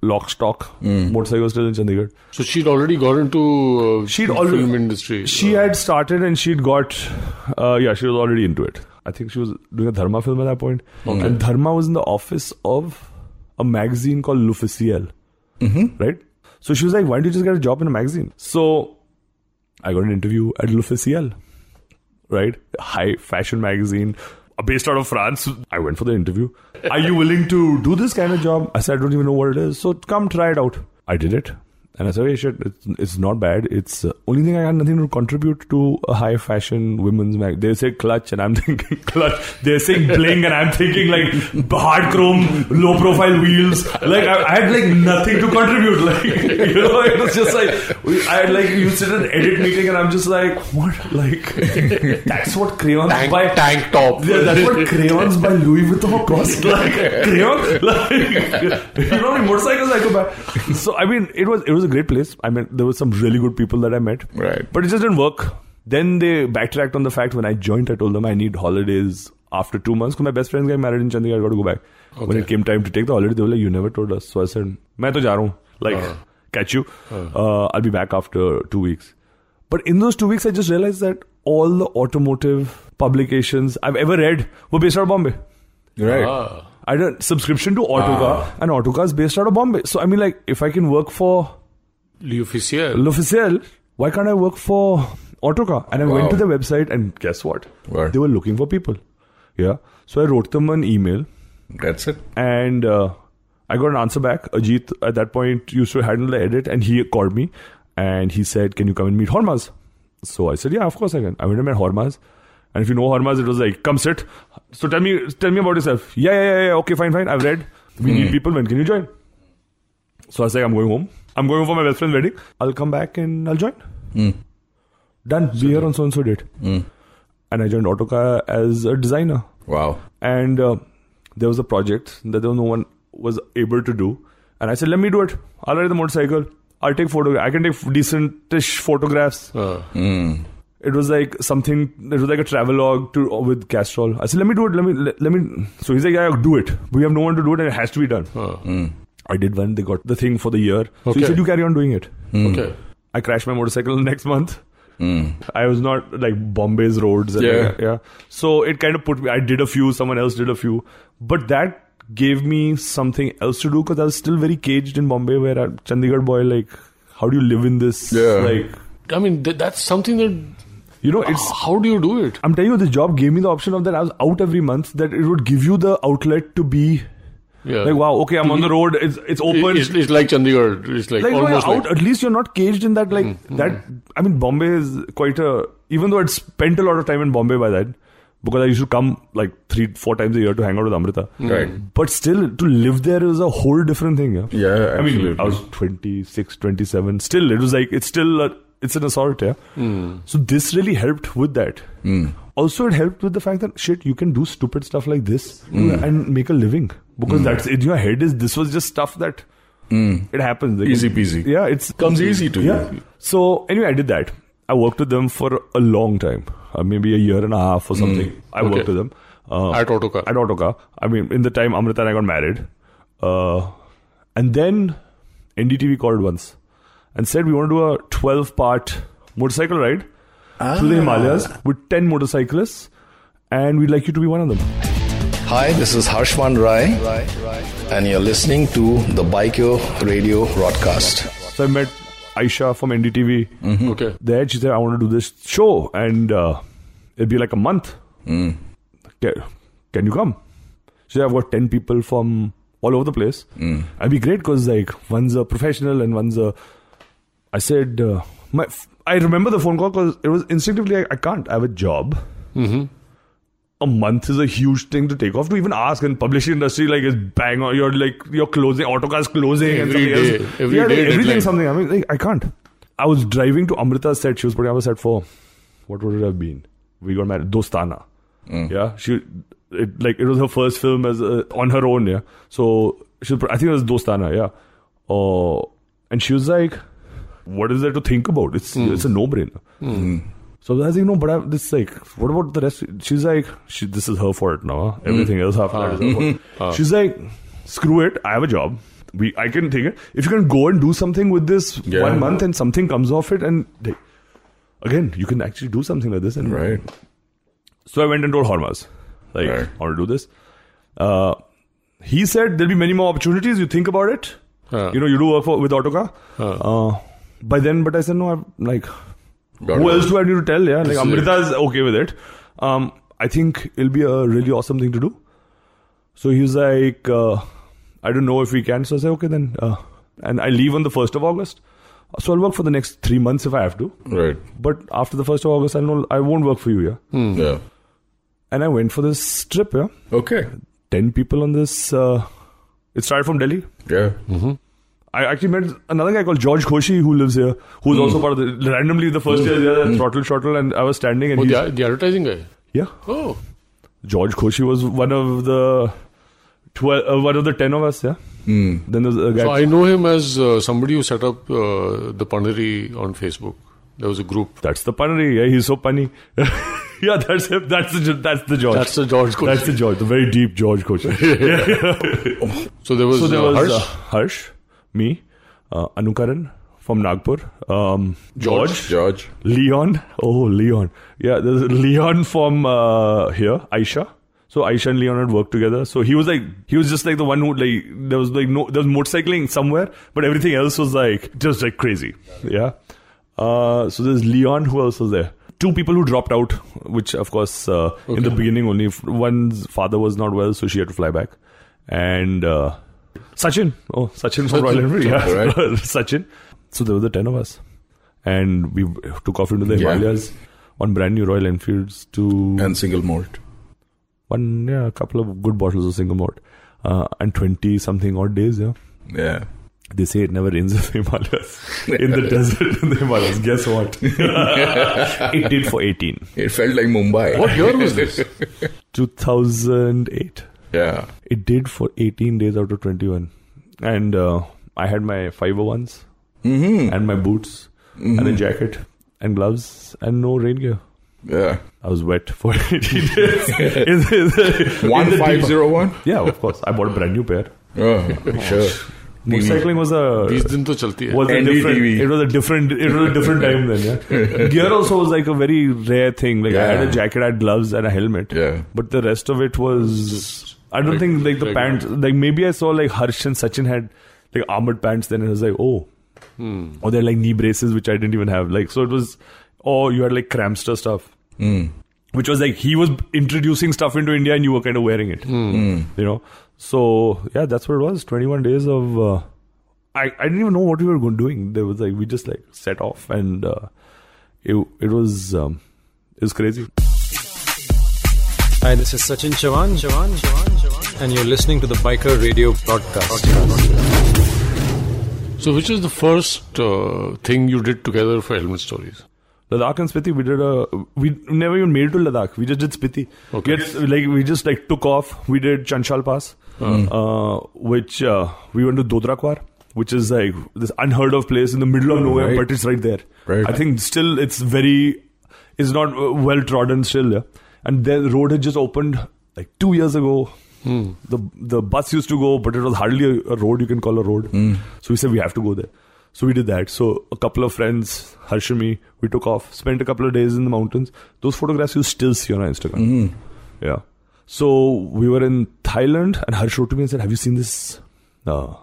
Lock stock. Motorcycle still in Chandigarh.
So she'd already got into uh,
She'd
film
already-
industry.
She had started and she'd got, uh, yeah, she was already into it. I think she was doing a Dharma film at that point. And Dharma was in the office of a magazine called Luficiel. Mm-hmm. Right? So she was like, why don't you just get a job in a magazine? So I got an interview at Luficiel, right? High fashion magazine. uh, Based out of France, I went for the interview. Are you willing to do this kind of job? I said, I don't even know what it is. So come try it out. I did it. And I said, hey, shit, it's, it's not bad. It's uh, only thing I had nothing to contribute to a high fashion women's mag. They say clutch, and I'm thinking clutch. They're saying bling, and I'm thinking like hard chrome, low profile wheels. Like I, I had like nothing to contribute. Like you know, it was just like we- I had like you sit in an edit meeting, and I'm just like, what? Like that's what crayons
tank,
by
tank top.
yeah, that's what crayons by Louis Vuitton cost. Like crayon, like you know, how many motorcycles I could buy. So I mean, it was it was a great place. I mean, there were some really good people that I met.
Right.
but it just didn't work. Then they backtracked on the fact when I joined, I told them I need holidays after two months because my best friend's got married in Chandigarh. I got to go back. When it came time to take the holiday, they were like, "You never told us." So I said, "मैं तो जा रहा हूँ." Like, catch you. Uh, I'll be back after two weeks. But in those two weeks, I just realized that all the automotive publications I've ever read were based out of Bombay.
Right.
Ah.
ah,
I had a subscription to Autocar, and Autocar is based out of Bombay. So, I mean, like, if I can work for
L'officiel.
L'Officiel, why can't I work for Autocar? And I went
Wow.
to the website, and guess what?
What?
They were looking for people. Yeah. So, I wrote them an email,
That's it.
and uh, I got an answer back. Ajit, at that point, used to handle the edit, and he called me and he said, Can you come and meet Hormaz? So I said, Yeah, of course I can. I went and met Hormaz. And if you know Hormaz, it was like, Come sit. So tell me tell me about yourself. Yeah, yeah, yeah, yeah. Okay, fine, fine. I've read. We need people. When can you join? So I was like, I'm going home. I'm going home for my best friend's wedding. I'll come back and I'll join. Done. Be here on so and so date. And I joined Autocar as a designer
Wow.
and uh, there was a project that there was no one was able to do and i said let me do it i'll ride the motorcycle i'll take photo i can take decentish photographs
Uh,
it was like something it was like a travelogue to with castrol i said let me do it let me let, let me so he's like yeah do it we have no one to do it and it has to be done
ah,
i did one they got the thing for the year so he
Okay.
said you carry on doing it
Okay.
I crashed my motorcycle next month. I was not like Bombay's roads. And
Hmm. Yeah.
like, yeah. So it kind of put me. I did a few. Someone else did a few. But that gave me something else to do because I was still very caged in Bombay, where I, Chandigarh boy, like, how do you live in this?
Yeah.
Like,
I mean, th- that's something that.
you know, it's.
How do you do it?
I'm telling you, this job gave me the option of that I was out every month. That it would give you the outlet to be
Yeah.
like, wow, okay, I'm on the road. It's it's open.
It's, it's like Chandigarh. It's like,
like when you're
almost
out,
like,
at least you're not caged in that. Like
Hmm,
that, I mean, Bombay is quite a. Even though I'd spent a lot of time in Bombay by then, because I used to come like three, four times a year to hang out with Amrita.
Right.
But still, to live there is a whole different thing. Yeah.
Yeah,
I mean,
absolutely.
I was 26, 27. Still, it was like it's still a, it's an assault. Yeah.
Hmm.
So this really helped with that. Also, it helped with the fact that shit, you can do stupid stuff like this
Hmm.
and make a living because that's in your head. Is this was just stuff that. It happens. Like,
Hmm. Easy peasy.
Yeah, it's
Comes easy to
yeah.
you.
So anyway, I did that, I worked with them for a long time, uh, maybe a year and a half
Hmm.
or something. I
Okay.
worked with them. Uh,
At Autocar.
At Autocar. I mean, in the time Amrita and I got married. Uh, and then NDTV called once and said, we want to do a 12 part motorcycle ride through the
Ah.
Himalayas with 10 motorcyclists. And we'd like you to be one of them.
Hi, this is Harshman Rai, and you're listening to the Bike Yo Radio broadcast.
So I met Aisha from NDTV.
Mm-hmm.
Okay.
there. She said, I want to do this show, and uh, it'll be like a month. Can, can you come? She said, I've got 10 people from all over the place. Mm. I'd be great because, like, one's a professional and one's a. I said, uh, my, f- I remember the phone call because it was instinctively, I, I can't. I have a job.
Mm-hmm.
A month is a huge thing to take off to even ask. And publishing industry, like, is bang on. You're like, you're closing, autocars closing. and
Every
something
day.
else.
Every
yeah,
day
Everything's
deadline.
something. I mean, like, I can't. I was driving to Amrita's set. She was putting up a set for what would it have been? We got married. Dostana. Yeah, she it like it was her first film as a, on her own. Yeah, so she was, I think it was Dostana. Yeah, uh, and she was like, "What is there to think about? It's it's a no brainer." So I was like, "No, but I, this like, what about the rest?" She's like, she, "This is her fault now. huh? Everything else after that is her fault." She's like, "Screw it. I have a job." We, I can take it. If you can go and do something with this one month and something comes off it, and like, again, you can actually do something like this. And
Right.
so I went and told Hormaz, like,
Right.
I want to do this. Uh, he said there'll be many more opportunities. You think about it.
Huh.
You know, you do work for, with Autocar. Uh, by then, but I said no. I'm like,
Got
who
it.
else do I need to tell? Yeah, like
is
Amrita's okay with it. Um, I think it'll be a really awesome thing to do. So he was like, uh, I don't know if we can. So I said, okay then. Uh, and I leave on the first of August. So I'll work for the next three months if I have to.
Right.
But after the first of August, I know I won't work for you. Yeah.
Yeah.
And I went for this trip. Yeah.
Okay.
10 people on this. Uh, it started from Delhi.
Yeah.
I actually met another guy called George Khoshi who lives here, who's also part of the. Randomly, the first year, yeah, Throttle Shottle, and I was standing and
Oh,
he's-
the, the advertising guy.
yeah.
Oh,
George Khoshi was one of the. 12, uh, one of the 10 of us, yeah. Then there's a guy.
so I know him as uh, somebody who set up uh, the Panari on Facebook. There was a group.
that's the punnery. Yeah, he's so punny. yeah, that's him. That's the, that's the George.
That's the George Khoshi.
That's the George. The very deep George Khoshi.
So there was,
So there
uh,
was
Harsh,
uh, Harsh, me, uh, Anukaran from Nagpur, um, George,
George.
Leon. Oh, Leon. Yeah, there's a Leon from uh, here, Aisha. So Aisha and Leon had worked together. So he was like, he was just like the one who like there was like no there was motorcycling somewhere, but everything else was like just like crazy. Yeah. Uh, so there's Leon. Who else was there? Two people who dropped out, which of course uh, in the beginning only f- one's father was not well, so she had to fly back, and uh, Sachin. Oh, Sachin from Royal Enfield. Yeah.
Right.
Sachin. So there were the ten of us and we took off into the
Yeah.
Himalayas on brand new Royal Enfields to
And single malt.
one yeah a couple of good bottles of single malt uh, and twenty something odd days yeah.
Yeah.
They say it never rains in the Himalayas. In the desert in the Himalayas. Guess what? it did for 18.
It felt like
uh,
Mumbai.
What year was this?
2008.
yeah.
It did for 18 days out of 21. And uh, I had my 501s and my boots and a jacket and gloves and no rain gear.
Yeah.
I was wet for 18 days. In the- in the- in
One
the
five
deep-
zero one.
Yeah, of course. I bought a brand new pair.
Oh, sure.
Motorcycling was a
20 दिन तो चलती है
was a
NDTV.
different. It was a different. It was a different time then. Yeah, gear also was like a very rare thing. Like I had
Yeah.
a jacket, I had gloves, and a helmet.
Yeah.
but the rest of it was. I don't think like the
regular.
pants. Like maybe I saw like Harsh and Sachin had like armored pants. Then it was like oh, or they had like knee braces which I didn't even have. Like so it was. Or you had like Cramster stuff. Which was like he was introducing stuff into India and you were kind of wearing it, you know. So yeah, that's what it was. Twenty-one days of uh, I, I didn't even know what we were going doing. There was like we just like set off and uh, it it was um, it was crazy.
Hi, this is Sachin Chavan, Chavan, Chavan, Chavan, and you're listening to the Biker Radio podcast.
So which is the first uh, thing you did together for Helmet Stories?
Ladakh and Spiti, we did a we never even made it to Ladakh. We just did Spiti.
Okay.
We had- like we just
Hmm.
like took off. We did Chanchal Pass, uh, which uh, we went to Dodrakwar, which is like this unheard of place in the middle of nowhere,
Right.
but it's right there.
Right.
I think still it's very, it's not uh, well trodden still. Yeah? And the road had just opened like two years ago. The the bus used to go, but it was hardly a, a road you can call a road. So we said we have to go there. So we did that. So a couple of friends, Harsh and me, we took off, spent a couple of days in the mountains. Those photographs you still see on our Instagram. Yeah. So we were in Thailand, and Harsh wrote to me and said, "Have you seen this uh,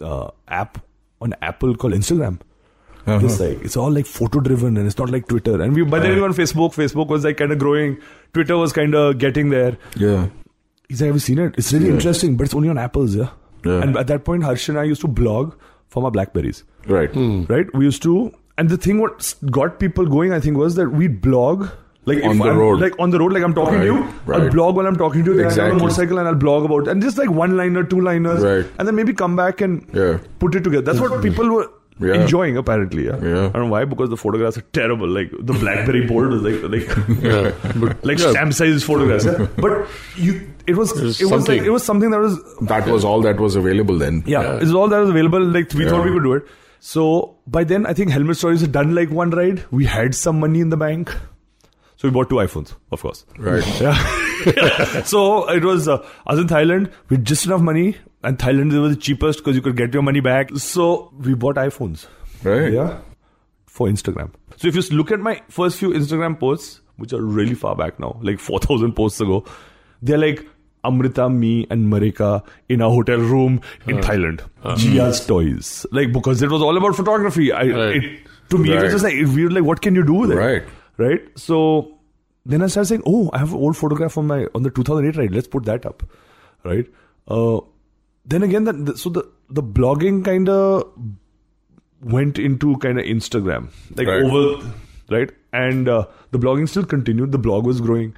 uh, app on Apple called Instagram?" This like it's all like photo driven, and it's not like Twitter. And we by then we were on Facebook. Facebook was like kind of growing. Twitter was kind of getting there.
Yeah.
He's like, "Have you seen it? It's really interesting, but it's only on Apples, yeah."
Yeah.
And at that point, Harsh and I used to blog for my Blackberries
Right.
right? We used to, and the thing what s- got people going, I think, was that we blog like
On
if
the
I'm-
road.
like on the road, like I'm talking to you.
Right, right.
I'll blog while I'm talking to you. Then I'm on
Exactly.
a motorcycle and I'll blog about and just like one liner, two liners,
Right.
and then maybe come back and
Yeah. Mm-hmm.
put it together. That's what people were.
Yeah.
Enjoying apparently, yeah.
Yeah.
I don't know why because the photographs are terrible. Like the BlackBerry board is like like like stamp size photographs. yeah. But you, it was it was
There's
like,
something.
it was something that was
That was all that was available then.
yeah, it's all that was available. Like we thought we could do it. So by then, I think Helmet Stories had done like one ride. We had some money in the bank, so we bought two iPhones, of course.
Right.
so it was uh, I was in Thailand with just enough money, and Thailand was the cheapest because you could get your money back. So we bought iPhones.
Right.
Yeah, for Instagram. So if you s- look at my first few Instagram posts, which are really far back now, like four thousand posts ago, they're like Amrita, me, and Marika in a hotel room in
Uh,
Thailand. Gia's toys, like because it was all about photography. I
Right.
it, to me it was
Right.
just like we were like, what can you do with it?
Right.
right. So then I started saying, oh, I have an old photograph on my on the two thousand eight ride. Let's put that up, right? Uh, then again, that the, so the the blogging kind of went into kind of Instagram, like
Right.
over, right? And uh, the blogging still continued. The blog was growing.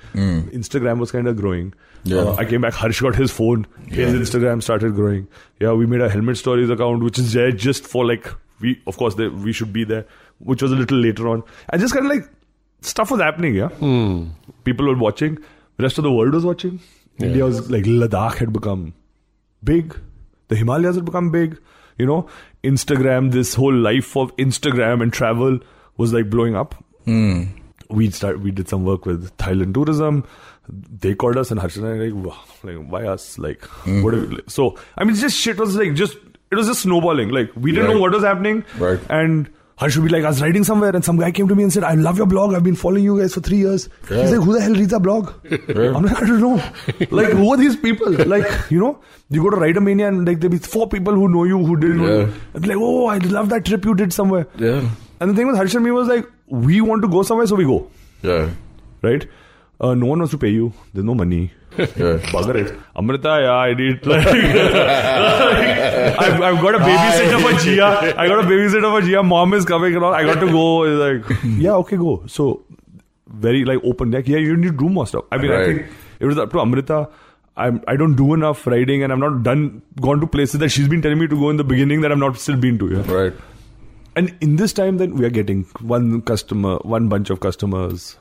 Instagram was kind of growing.
Hmm. Yeah.
Uh, I came back. Harsh got his phone. His Instagram started growing. Yeah, we made a helmet stories account, which is there just for like we. Of course, there, we should be there, which was a little later on, and just kind of like stuff was happening. Yeah, people were watching. The rest of the world was watching. India was like Ladakh had become big. The Himalayas had become big. You know, Instagram, this whole life of Instagram and travel was like blowing up. We start. We did some work with Thailand tourism. They called us and Harsh and I were like, wow, like why us? Like,
Mm-hmm.
what? Are we, so I mean, just shit was like just it was just snowballing. Like we didn't know
Right.
what was happening.
Right.
And Harsh would be like, I was riding somewhere and some guy came to me and said, I love your blog. I've been following you guys for three years. He's like, who the hell reads a blog? I'm like, I don't know. Like, who are these people? Like, you know, you go to Rider Mania and like there'll be four people who know you who didn't know you.
Yeah.
And like, oh, I love that trip you did somewhere.
Yeah.
And the thing with Harsh and me was like, we want to go somewhere, so we go.
Yeah.
Right? Uh, no one wants to pay you. There's no money.
Yeah.
Bugger it. Amrita, yeah, I need like, I've, I've got a babysitter for Gia. I got a babysitter for Gia. Mom is coming and all. I got to go. It's like, yeah, okay, go. So very like open neck. Yeah, you need to do more stuff. I mean, I
Right.
think it was up to Amrita. I'm I don't do enough riding and I'm not done gone to places that she's been telling me to go in the beginning that I'm not still been to. Yeah.
Right.
And in this time, then we are getting one customer, one bunch of customers.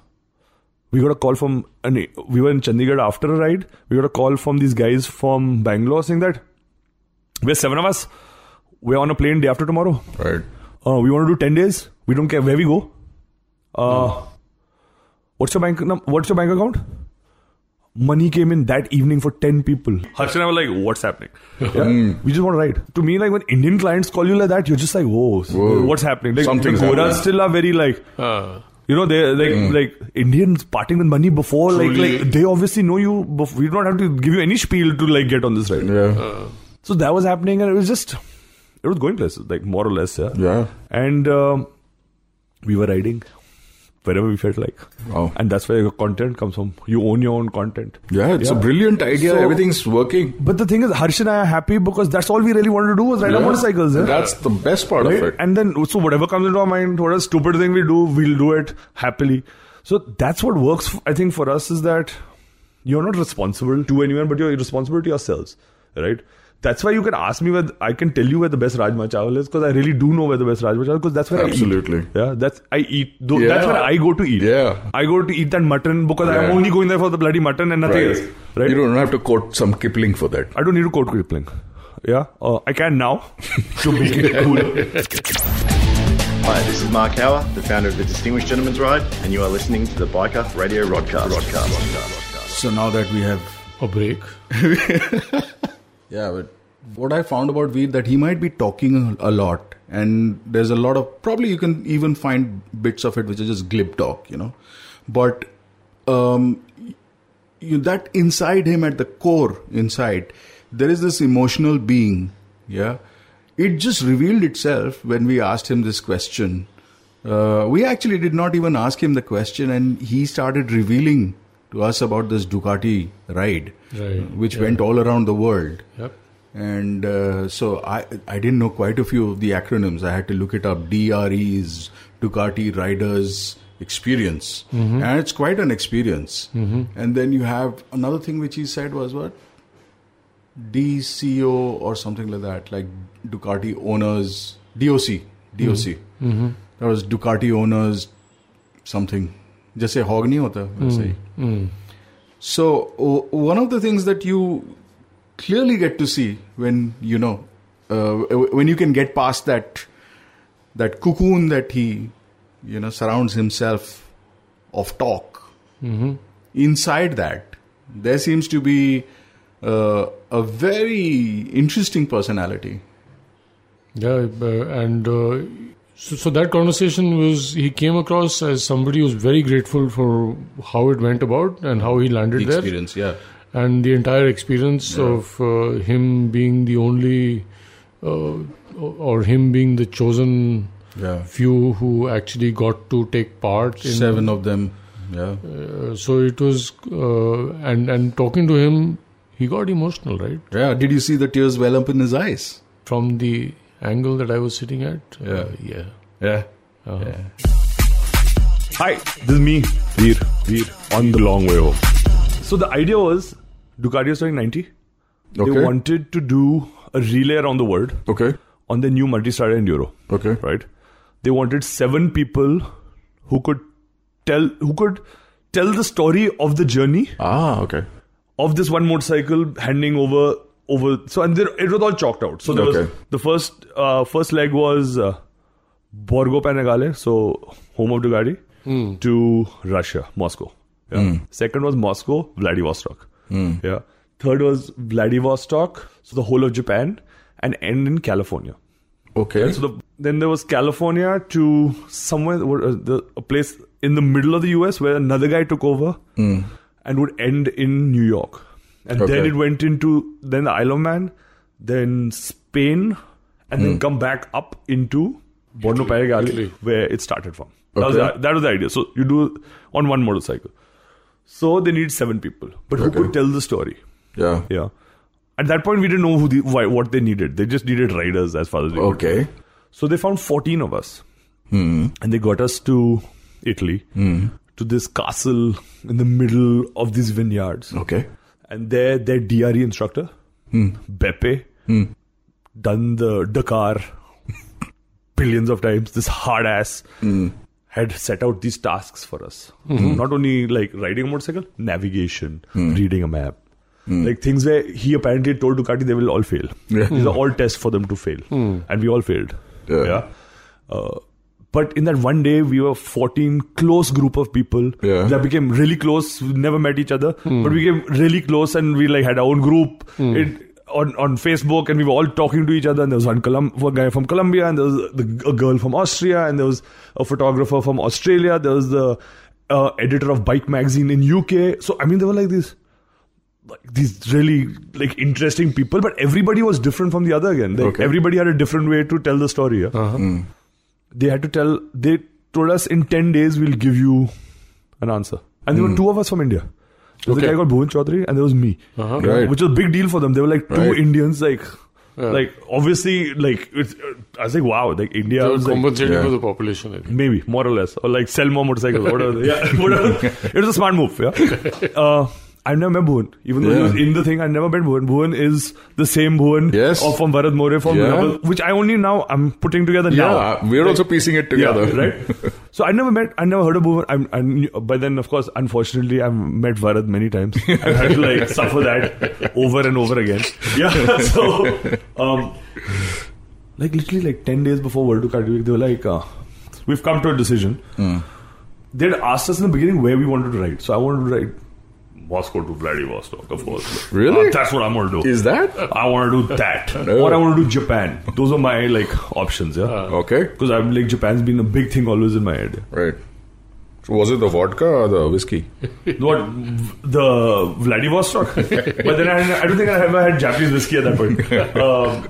We got a call from an. We were in Chandigarh after a ride. We got a call from these guys from Bangalore saying that we're seven of us. We're on a plane day after tomorrow.
Right.
Uh, we want to do ten days. We don't care where we go. Uh, what's your bank? num- What's your bank account? Money came in that evening for ten people. Harsh and I were like, "What's happening?" Yeah. We just want to ride. To me, like when Indian clients call you like that, you're just like, "Whoa,
Whoa.
what's happening?" Like
Something's
the Goras
happening. Mm.
still are very like.
Uh,
You know, they like like Indians parting with money before,
Truly.
like like they obviously know you. Bef- we don't have to give you any spiel to like get on this ride.
Yeah.
So that was happening, and it was just it was going places, like more or less, yeah.
Yeah.
And um, we were riding wherever we felt like,
Oh.
and that's where your content comes from. You own your own content.
Yeah. It's
Yeah.
a brilliant idea.
So-
Everything's working.
But the thing is, Harsh and I are happy because that's all we really wanted to do was ride our
Yeah.
motorcycles. eh? Yeah?
That's the best part
Right?
of it.
And then, so whatever comes into our mind, whatever stupid thing we do, we'll do it happily. So that's what works, I think, for us is that you're not responsible to anyone, but you're responsible to yourselves, right? That's why you can ask me where I can tell you where the best Rajma Chawal is because I really do know where the best Rajma Chawal because that's where I
Absolutely.
eat. Yeah, that's I eat. Though,
Yeah.
That's where I go to eat.
Yeah.
I go to eat that mutton because I'm
Yeah.
only going there for the bloody mutton and nothing
Right.
else. Right?
You don't have to quote some Kipling for that.
I don't need to quote Kipling. Yeah, uh, I can now to make it cool.
Hi, this is Mark Howard, the founder of the Distinguished Gentleman's Ride, and you are listening to the Biker Radio Rodcast. Rodcast. Rodcast.
So now that we have
a break,
yeah, but what I found about Veer that he might be talking a lot, and there's a lot of probably you can even find bits of it which is just glib talk, you know, but um, you, that inside him at the core inside there is this emotional being, yeah. It just revealed itself when we asked him this question. Uh, we actually did not even ask him the question, and he started revealing to us about this Ducati ride,
Right,
which
yeah.
went all around the world.
Yep.
And uh, so I I didn't know quite a few of the acronyms. I had to look it up. DREs, Ducati Riders Experience,
Mhm.
and it's quite an experience.
Mhm.
And then you have another thing which he said was what DCO or something like that, like Ducati owners DOC DOC.
Mhm.
That was Ducati owners something. जैसे hog नहीं होता वैसे ही
Mm.
so o- one of the things that you clearly get to see when you know uh, when you can get past that that cocoon that he you know surrounds himself of talk
Mhm.
inside that there seems to be uh, a very interesting personality
Yeah, uh, and uh, so, so that conversation was he came across as somebody who's very grateful for how it went about and how he landed
The
there.
experience, yeah.
and the entire experience of uh, him being the only, uh, or him being the chosen
Yeah.
few who actually got to take part. In,
Seven of them, yeah.
Uh, so it was, uh, and and talking to him, he got emotional, right?
Yeah. Did you see the tears well up in his eyes
from the angle that I was sitting at? Uh, yeah.
Yeah.
yeah.
Hi, this is me, Veer, Veer, on the long way home. So the idea was Ducati was doing 90. They
Okay.
wanted to do a relay around the world.
Okay.
On the new multi-starter enduro.
Okay.
Right. They wanted seven people who could tell who could tell the story of the journey.
Ah, okay.
Of this one motorcycle handing over over so and there, it was all chalked out. So there was
Okay.
the first uh, first leg was uh, Borgo Panigale, so home of Ducati, to Russia, Moscow. Yeah. Second was Moscow, Vladivostok. Yeah. Third was Vladivostok, so the whole of Japan, and end in California.
Okay.
so the, then there was California to somewhere, what, uh, the, a place in the middle of the US where another guy took over
Mm.
and would end in New York. And then
Okay.
it went into then the Isle of Man, then Spain, and then
Hmm.
come back up into Borno Paigale, where it started from. That, was
Okay.
the, that was the idea. So you do on one motorcycle. So they need seven people, but who could tell the story?
Yeah,
yeah. At that point, we didn't know who the, why, what they needed. They just needed riders as far as we could.
Okay.
So they found fourteen of us,
Hmm.
and they got us to Italy to this castle in the middle of these vineyards.
Okay.
And their their DRE instructor,
Hmm.
Beppe, done the Dakar billions of times. This hard ass
Hmm.
had set out these tasks for us.
Mhm.
Not only like riding a motorcycle, navigation,
Hmm.
reading a map. Like things where he apparently told Ducati they will all fail.
Yeah.
These are all tests for them to fail.
Hmm.
And we all failed. Yeah. Uh, but in that one day, we were 14 close group of people
Yeah.
that became really close. We never met each other, but we became really close, and we like had our own group
Hmm.
it, on on Facebook, and we were all talking to each other. And there was one, Colum- one guy from Colombia, and there was the, a girl from Austria, and there was a photographer from Australia. There was the uh, editor of Bike Magazine in UK. So I mean, they were like these like these really like interesting people, but everybody was different from the other again. Like
Okay.
everybody had a different way to tell the story. yeah. They had to tell. They told us in ten days we'll give you an answer, and there were
Mm.
two of us from India. There was
Okay.
a guy called Bhuvan Chaudhary, and there was me,
Uh-huh.
Yeah,
Right.
which was a big deal for them. They were like two
Right.
Indians, like.
Yeah.
Like obviously, like it's, uh, I was like, wow, like India
They were
was like-
compensating for the population, I think.
maybe more or less, or like sell more motorcycles, whatever. yeah, whatever. It was a smart move. Yeah, uh, I've never met Bhuvan. Even though he
Yeah.
was in the thing, I've never met Bhuvan. Bhuvan is the same Bhuvan
Yes.
or from Bharat More from
Yeah.
Double, which I only now I'm putting together now.
Yeah, we're also piecing it together.
Yeah, right? so I never met, I never heard of Bhuvan. I'm, I knew, but then, of course, unfortunately, I've met Bharat many times. I've had to like suffer that over and over again. Yeah. So, um, like literally like 10 days before World to Card Week, they were like, uh, we've come to a decision.
Hmm.
They'd asked us in the beginning where we wanted to write. So I wanted to write Moscow to Vladivostok, of course.
Really?
Uh, that's what I'm going to do.
Is that?
I want to do that.
No. Uh.
Or I want to do Japan. Those are my like options, yeah.
Okay.
Because I'm like Japan's been a big thing always in my head.
Right. So was it the vodka or the whiskey?
What the Vladivostok? but then I, I don't think I ever had Japanese whiskey at that point. Um,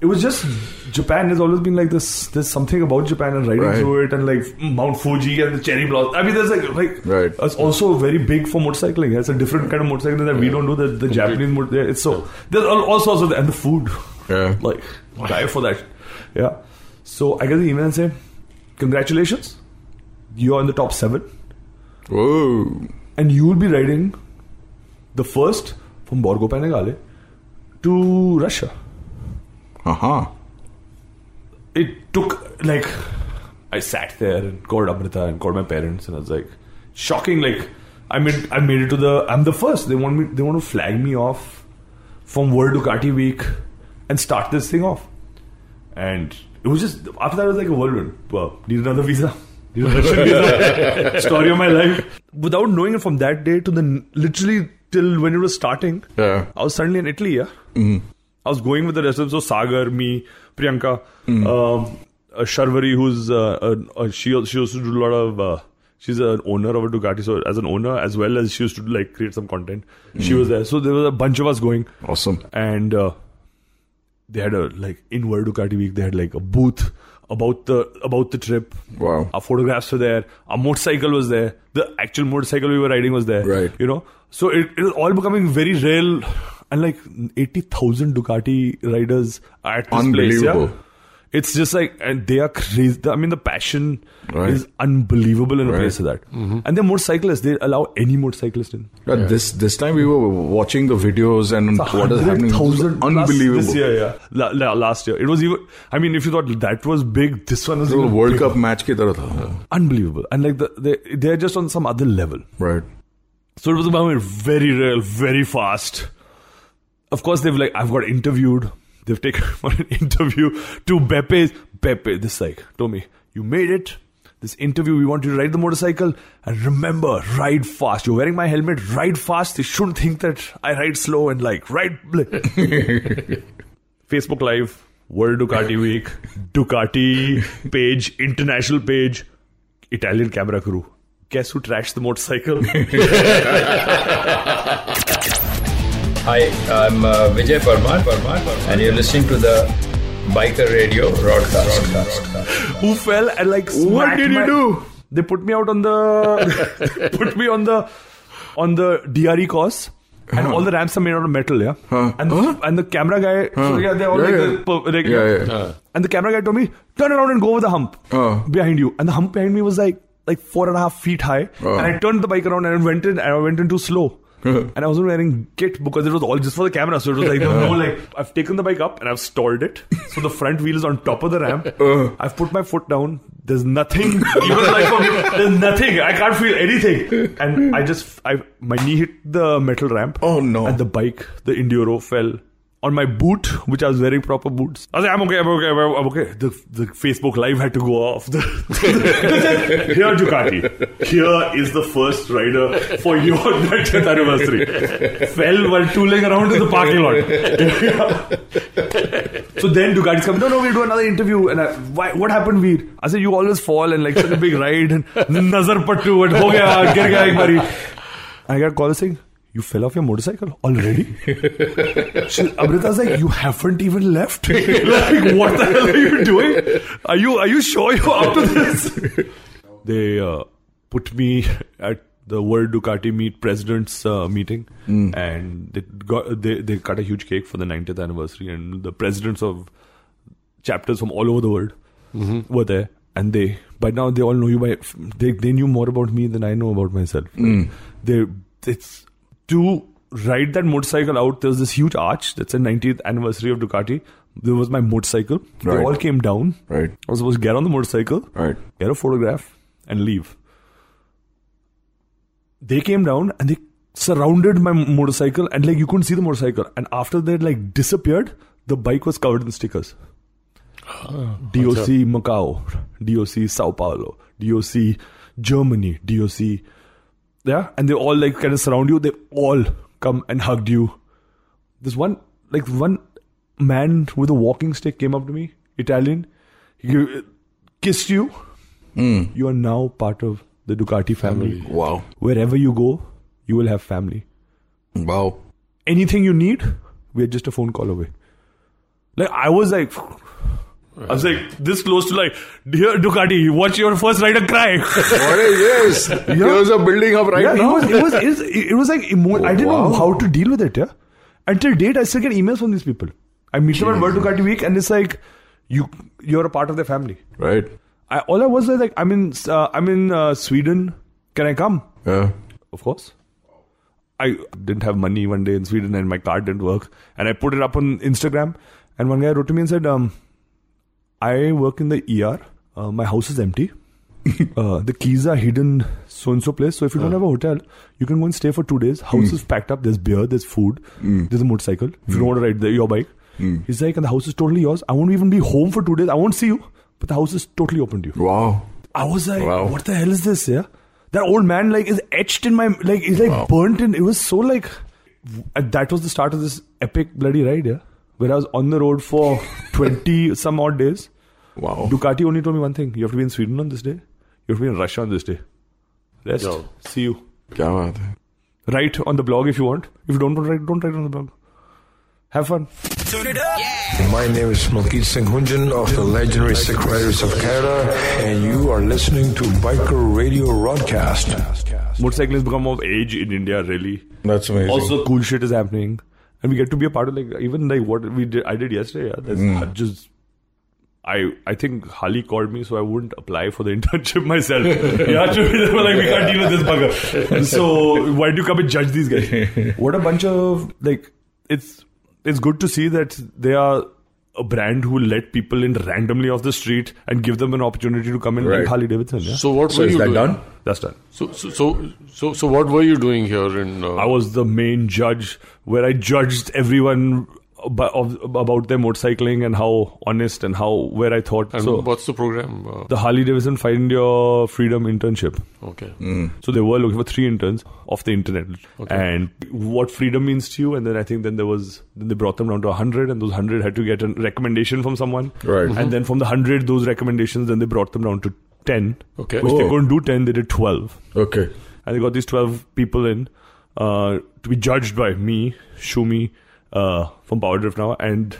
it was just Japan has always been like this. There's something about Japan and riding
Right.
through it, and like mm, Mount Fuji and the cherry blossom. I mean, there's like like
Right.
it's also very big for motorcycling. It's a different kind of motorcycling that we don't do. That the Japanese motor. It's so there's all, all sorts of and the food.
Yeah.
like die for that. Yeah. So I get the email and say, congratulations, you're in the top seven.
Whoa.
And you will be riding the first from Borgo Panigale to Russia.
Uh-huh.
It took like I sat there and called Amrita and called my parents and I was like shocking like I made I made it to the I'm the first. They want me they want to flag me off from World Ducati Week and start this thing off. And it was just after that it was like a whirlwind. Well, need another visa. Need a Russian visa. Story of my life. Without knowing it from that day to the n- literally till when it was starting,
Yeah.
I was suddenly in Italy, yeah. I was going with the rest of them. So Sagar, me, Priyanka, um, uh, Sharvari, who's uh, uh, uh, she al- she also do a lot of. Uh, she's an owner of a Ducati, so as an owner as well as she used to like create some content. She was there, so there was a bunch of us going,
Awesome.
and uh, they had a like in World Ducati Week they had like a booth about the about the trip.
Wow.
Our photographs were there. Our motorcycle was there. The actual motorcycle we were riding was there.
Right.
You know, so it, it was all becoming very real, and like eighty thousand Ducati riders are at this place.
Unbelievable.
Yeah? It's just like, and they are crazy. I mean, the passion
Right.
is unbelievable in a
Right.
place of that. And they're motorcyclists. They allow any motorcyclist in.
Yeah, This this time we were watching the videos and what is happening. This was
100,000 plus
Unbelievable.
This year, yeah. La- la- last year. It was even, I mean, if you thought that was big, this one was
Little
even
World
bigger.
Cup match ki tarah tha.
Unbelievable. And like, the, they, they're just on some other level.
Right.
So it was about very real, very fast. Of course, they've like, I've got interviewed. They've taken for an interview to Beppe. Beppe, this like, Tommy, you made it. This interview, we want you to ride the motorcycle. And remember, ride fast. You're wearing my helmet, ride fast. They shouldn't think that I ride slow and like, ride. bl- Facebook Live, World Ducati Week, Ducati page, international page, Italian camera crew. Guess who trashed the motorcycle?
Hi, I'm uh, Vijay Parmar, and you're listening to the Biker Radio broadcast.
who fell and like smacked
did you
my-
do?
They put me out on the put me on the on the DRE course. And all the ramps are made out of metal, yeah. And the, and the camera guy, so
Huh.
yeah, they're all
Yeah,
like,
yeah.
the per- like
Yeah, yeah.
And the camera guy told me, turn around and go over the hump behind you. And the hump behind me was like like four and a half feet high.
Oh.
And I turned the bike around and I went in and I went in too slow. and I wasn't wearing kit because it was all just for the camera. So it was like there was no like I've taken the bike up and I've stalled it. So the front wheel is on top of the ramp. I've put my foot down. There's nothing. Even like for me, there's nothing. I can't feel anything. And I just I my knee hit the metal ramp. Oh no. And the bike, the enduro fell. On my boot, which I was wearing proper boots. I was like, I'm okay, I'm okay, I'm I'm okay. The, the Facebook Live had to go off. Here, Ducati. Here is the first rider for your 90th anniversary. Fell while tooling around in the parking lot. so then Ducati's come, no, no, we'll do another interview. And I, why, what happened, Veer? I said, you always fall and like such a big ride and nazar pattu, what ho gaya, gir gaya ek bari. I got a call saying, you fell off your motorcycle already? She, Amrita's like, you haven't even left. like, what the hell are you doing? Are you are you sure you're up to this? they uh, put me at the World Ducati Meet President's uh, meeting,
Hmm.
and they got they they cut a huge cake for the 90th anniversary, and the presidents of chapters from all over the world were there. And they, by now, they
Hmm.
all know you by. They they knew more about me than I know about myself. They it's to ride that motorcycle out, there was this huge arch that's the 90th anniversary of Ducati. There was my motorcycle. They
Right.
all came down.
Right.
I was supposed to get on the motorcycle,
right.
get a photograph, and leave. They came down and they surrounded my motorcycle, and like you couldn't see the motorcycle. And after they like disappeared, the bike was covered in stickers. DOC Macau, DOC Sao Paulo, DOC Germany, DOC. Yeah, and they all like kind of surround you. They all come and hugged you. This one, like one man with a walking stick came up to me, Italian. He gi- kissed you. You are now part of the Ducati family.
Wow.
Wherever you go, you will have family.
Wow.
Anything you need, we are just a phone call away. Like I was like, I was like this close to like, dear Ducati, watch your first rider cry.
What is this? Here's a building up right
yeah,
now.
It was, it was, it was, it was like emo- I didn't know how to deal with it. Yeah, until date, I still get emails from these people. I meet them at World Ducati Week, and it's like you you're a part of their family.
Right.
I, all I was was like, I'm in uh, I'm in uh, Sweden. Can I come?
Yeah.
Of course. I didn't have money one day in Sweden and my card didn't work. And I put it up on Instagram. And one guy wrote to me and said, um, I work in the ER. Uh, my house is empty. uh, the keys are hidden so and so place. So if you don't have a hotel, you can go and stay for two days. House is packed up. There's beer, there's food, there's a motorcycle. If you don't want to ride the, your bike, he's like, and the house is totally yours. I won't even be home for two days. I won't see you, but the house is totally open to you.
Wow.
I was like, what the hell is this? Yeah, that old man like is etched in my like he's like burnt in. It was so like and that was the start of this epic bloody ride. Yeah, where I was on the road for twenty some odd days.
Wow.
Ducati only told me one thing: you have to be in Sweden on this day, you have to be in Russia on this day. Rest.
Yo.
See you.
Kya baat hai.
Write on the blog if you want. If you don't want to write, don't write on the blog. Have fun.
My name is Malkit Singh Hunjan of the legendary Sikh Riders of Canada, and you are listening to Biker Radio Broadcast.
Motorcycle has become of age in India, really.
That's amazing.
Also, cool shit is happening, and we get to be a part of like even like what we did. I did yesterday. Yeah, that's
Mm.
I just. I I think Harley called me, so I wouldn't apply for the internship myself. yeah, true. They were like, we can't deal with this bugger. So why do you come and judge these guys? What a bunch of like. It's it's good to see that they are a brand who let people in randomly off the street and give them an opportunity to come in like
Right.
Harley Davidson. Yeah?
So what So were is you that doing? done?
That's done.
So, so, so, so, so what were you doing here in? Uh,
I was the main judge where I judged everyone ab- of, about their motorcycling and how honest and how where I thought.
and
so
what's the program? Uh,
the Harley Davidson Find Your Freedom internship.
Okay.
So they were looking for three interns off the internet and what freedom means to you. And then I think then there was then they brought them down to hundred, and those hundred had to get a recommendation from someone.
Right. Mhm.
And then from the hundred, those recommendations, then they brought them down to ten.
Okay.
Which they
Oh.
couldn't do ten. They did twelve
Okay.
and they got these 12 people in uh, to be judged by me, Shumi uh, from Power Drift now, and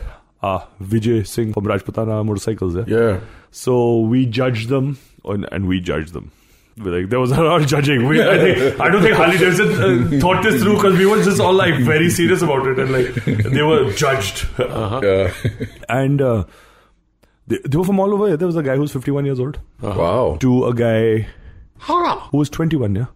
uh, Vijay Singh from Rajputana Motorcycles. Yeah.
Yeah.
So we judged them, and, and we judged them. We're like, there was a lot of judging. We, I, think, I don't think Harley Davidson uh, thought this through because we were just all like very serious about it, and like they were judged. and uh, they, they were from all over. There was a guy who was 51 years old.
Wow.
To a guy who was 21, yeah.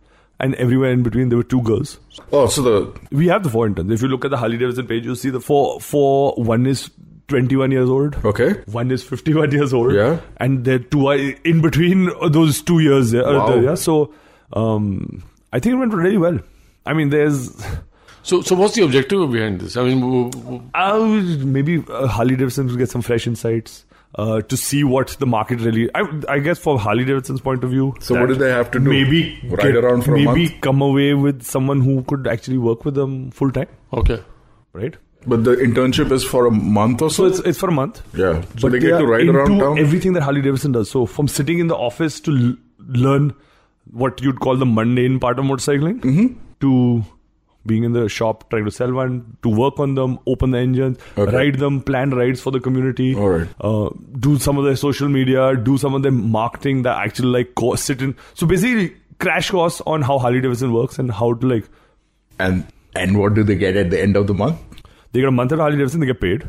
And everywhere in between, there were two girls.
Oh, so the
We have the four interns. If you look at the Harley Davidson page, you'll see the four. Four. One is 21 years old.
Okay.
One is 51 years old.
Yeah.
And there are two are in between those two years. Yeah. uh,
Wow.
the- yeah. So, um, I think it went really well. I mean, there's.
So, so what's the objective behind this? I mean, w- w-
Uh, maybe uh, Harley Davidson will get some fresh insights uh, to see what the market really. I, I guess from Harley Davidson's point of view.
So what
that
do they have to do?
Maybe
Ride around for a
maybe
month?
come away with someone who could actually work with them full time.
Okay,
right.
But the internship is for a month or so.
it's it's for a month.
Yeah. So
But
they get
are
to ride around
into
town.
Everything that Harley Davidson does. So from sitting in the office to l- learn what you'd call the mundane part of motorcycling
Mm-hmm.
to being in the shop trying to sell one, to work on them, open the engines,
Okay.
ride them, plan rides for the community.
All right.
Uh, do some of their social media, do some of their marketing, the actual like course sit in. So basically, crash course on how Harley Davidson works and how to like.
And and what do they get at the end of the month?
They get a month at Harley Davidson. They get paid.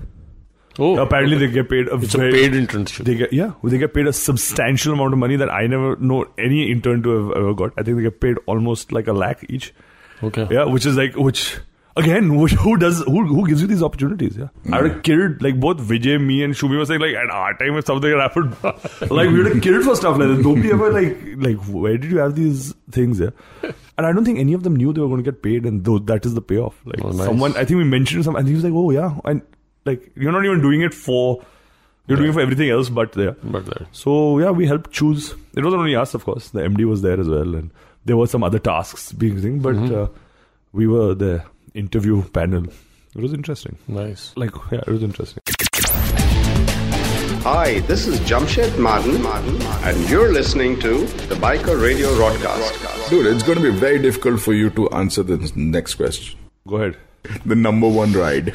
Oh,
apparently they get paid a
It's a
very-
paid internship.
They get yeah, they get paid a substantial amount of money that I never know any intern to have ever got. I think they get paid almost like a lakh each.
Okay.
Yeah, which is like which again, which, who does who who gives you these opportunities? Yeah, I would have killed like both Vijay, me, and Shumi were saying like at our time if something had happened, like we would have killed for stuff like that. Nobody ever like like where did you have these things? Yeah. And I don't think any of them knew they were going to get paid, and tho- that is the payoff. Like
Oh, nice.
someone, I think we mentioned some, and he was like, "Oh yeah," and like you're not even doing it for you're doing it for everything else but there.
But there.
So yeah, we helped choose. It wasn't only us, of course. The MD was there as well, and there were some other tasks being thing. But
Mm-hmm.
uh, we were the interview panel. It was interesting.
Nice.
Like yeah, it was interesting.
Hi, this is Jamshed Martin, and you're listening to the Biker Radio Broadcast.
Dude, it's going to be very difficult for you to answer this next question.
Go ahead.
The number one ride.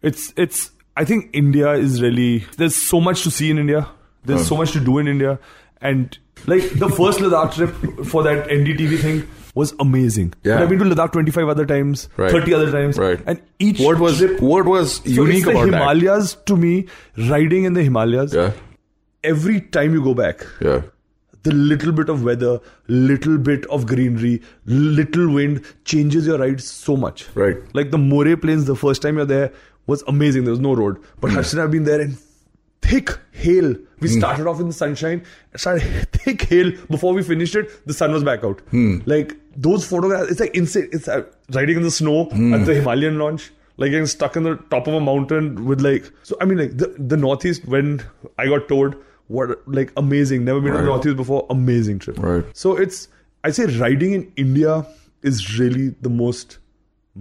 It's it's. I think India is really. There's so much to see in India. There's
Hmm.
so much to do in India, and like the first Ladakh trip for that NDTV thing was amazing.
Yeah.
But I've been to Ladakh 25 other times,
Right.
30 other times,
Right.
and each
What was
trip
what was
So
unique
it's the
about that?
Himalayas to me, riding in the Himalayas. Every time you go back,
Yeah.
the little bit of weather, little bit of greenery, little wind changes your ride so much.
Right.
Like the Moray Plains, the first time you're there was amazing. There was no road,
Hmm.
but Harshit and I have been there in thick hail. We started off in the sunshine, started thick hail. Before we finished it, the sun was back out. Like those photographs, it's like insane. It's uh, riding in the snow at the Himalayan launch, like getting stuck in the top of a mountain with like. So I mean, like the the northeast when I got toured, what like amazing. Never been to the
Right.
northeast before. Amazing trip. Right. So it's I say riding in India is really the most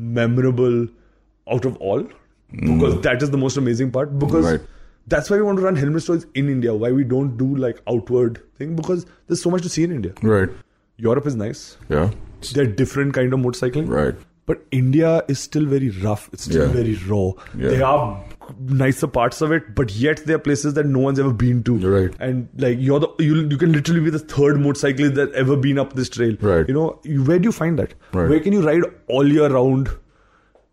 memorable out of all because that is the most amazing part because
Right.
that's why we want to run helmet stores in India. Why we don't do like outward thing because there's so much to see in India.
Right.
Europe is nice.
Yeah.
They're different kind of motorcycling.
Right.
But India is still very rough. It's still
Yeah.
very raw.
Yeah.
There are nicer parts of it, but yet there are places that no one's ever been to. Right. And like you're the you, you can literally be the third motorcyclist that ever been up this trail. Right. You know you- where do you find that?
Right.
Where can you ride all year round?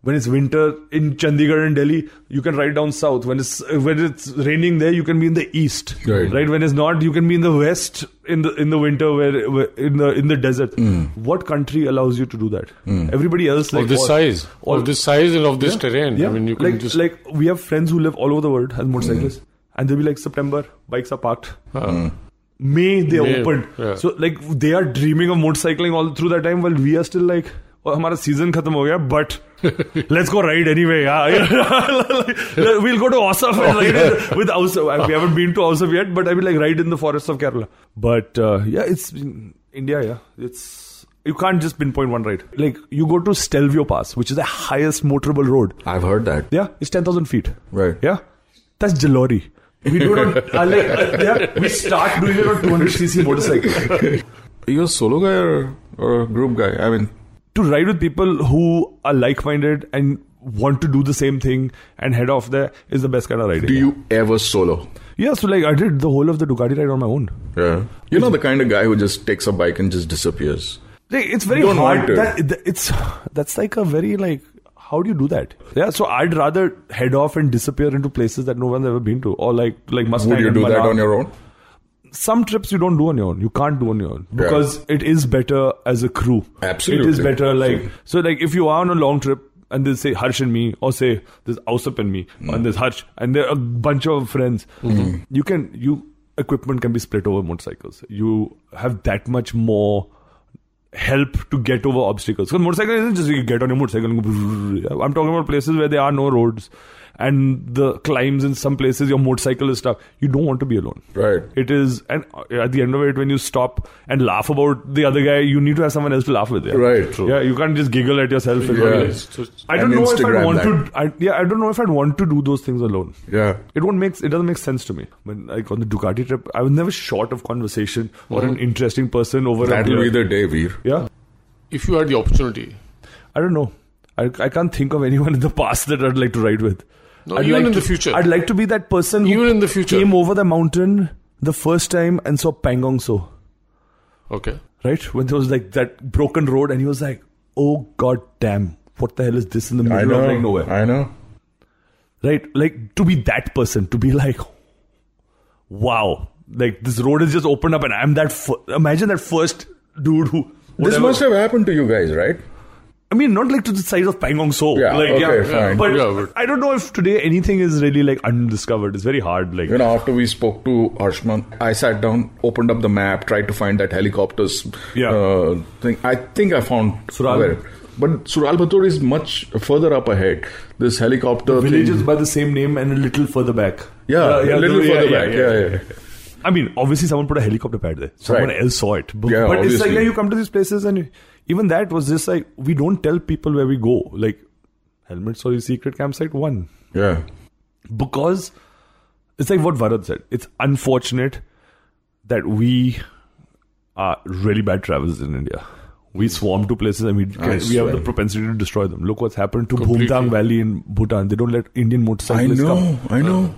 When it's winter in Chandigarh and Delhi, you can ride down south. When it's when it's raining there, you can be in the east.
Right.
When it's not, you can be in the west in the in the winter where, where in the in the desert. What country allows you to do that?
Mm.
Everybody else like
Hmm. of this
all-
size,
all-
of this size, and of this
Yeah.
terrain.
Yeah.
I mean, you can
like,
just Hmm.
like we have friends who live all over the world as motorcyclists, and they'll be like September bikes are parked. Hmm. May they
Ah. May,
opened.
yeah.
So like they are dreaming of motorcycling all through that time, while we are still like. Oh, हमारा season खत्म हो गया but let's go ride anyway yeah we'll go to Osaf and ride it with Osaf we haven't been to Osaf yet but I will like ride in the forest of Kerala but uh, yeah it's India yeah it's you can't just pinpoint one ride like you go to Stelvio Pass which is the highest motorable road
I've heard that.
yeah, it's 10,000 feet.
Right.
Yeah. That's Jalori. We do not, uh, like, uh, yeah, we start doing it on 200cc motorcycle.
Are you a solo guy or, or a group guy? I mean,
to ride with people who are like minded and want to do the same thing and head off there is the best kind of riding.
do you ever solo?
Yeah, so like I did the whole of the Ducati ride on my own.
Yeah. You're not the kind of guy who just takes a bike and just disappears.
Like, it's very
You don't
hard.
want to.
That, that- it's that's like a very like how do you do that? Yeah, so I'd rather head off and disappear into places that no one's ever been to, or like like Mustang.
Would you
and
do that
Manar.
on your own?
some trips you don't do on your own. You can't do on your own because it is better as a crew.
Absolutely.
it is better like so. Like if you are on a long trip and they say Harsh and me, or say there's Ausap and me,
Mm.
and there's Harsh, and there are a bunch of friends.
Mm-hmm.
You can you equipment can be split over motorcycles. You have that much more help to get over obstacles. Because motorcycle isn't just you get on your motorcycle. And go, I'm talking about places where there are no roads and the climbs in some places. Your motorcycle is stuck. You don't want to be alone.
Right.
It is, and uh, at the end of it, when you stop and laugh about the other guy, you need to have someone else to laugh with. Yeah.
Right. True.
Yeah, you can't just giggle at yourself. And
Yeah.
go,
Yeah.
I don't
And
know if I
Instagram
want
that.
to. I, yeah, I don't know if I'd want to do those things alone.
Yeah.
It won't make it doesn't make sense to me. When like on the Ducati trip, I was never short of conversation or an
Mhm.
interesting person over. a
That'll
beer.
be the day, Veer.
Yeah.
If you had the opportunity,
I don't know. I, I can't think of anyone in the past that I'd like to ride with.
No,
I'd
even
like
in
to-
the future.
I'd like to be that person even in the future came over the mountain the first time and saw Pangong So.
okay.
Right? When there was like that broken road and he was like, oh god damn, what the hell is this in the middle
I
of
know.
like nowhere?
I know.
Right? Like to be that person, to be like, wow, like this road has just opened up and I'm that, fir- imagine that first dude who.
This
whatever-
must have happened to you guys, right?
I mean, not like to the size of Pangong So.
Yeah,
like,
okay,
yeah,
fine.
But,
Yeah, but-
I don't know if today anything is really like undiscovered. It's very hard. Like
You know, after we spoke to Harshman, I sat down, opened up the map, tried to find that helicopters uh, thing. I think I found Sural. But Sural Bhatur is much further up ahead. This helicopter
villages
thing.
by the same name and a little further back.
Yeah, a little
the-
further back. Yeah, yeah.
I mean, obviously, someone put a helicopter pad there. Someone
Right.
else saw it. But,
Yeah,
but it's like
obviously.
yeah, you come to these places, and even that was just like we don't tell people where we go. Like helmets or your secret campsite one.
Yeah,
because it's like what Varad said. It's unfortunate that we are really bad travelers in India. We swarm to places and we
I
we have
swear.
the propensity to destroy them. Look what's happened to Bhumtang Valley in Bhutan. They don't let Indian
I
motorcyclists come. Uh.
know, I know.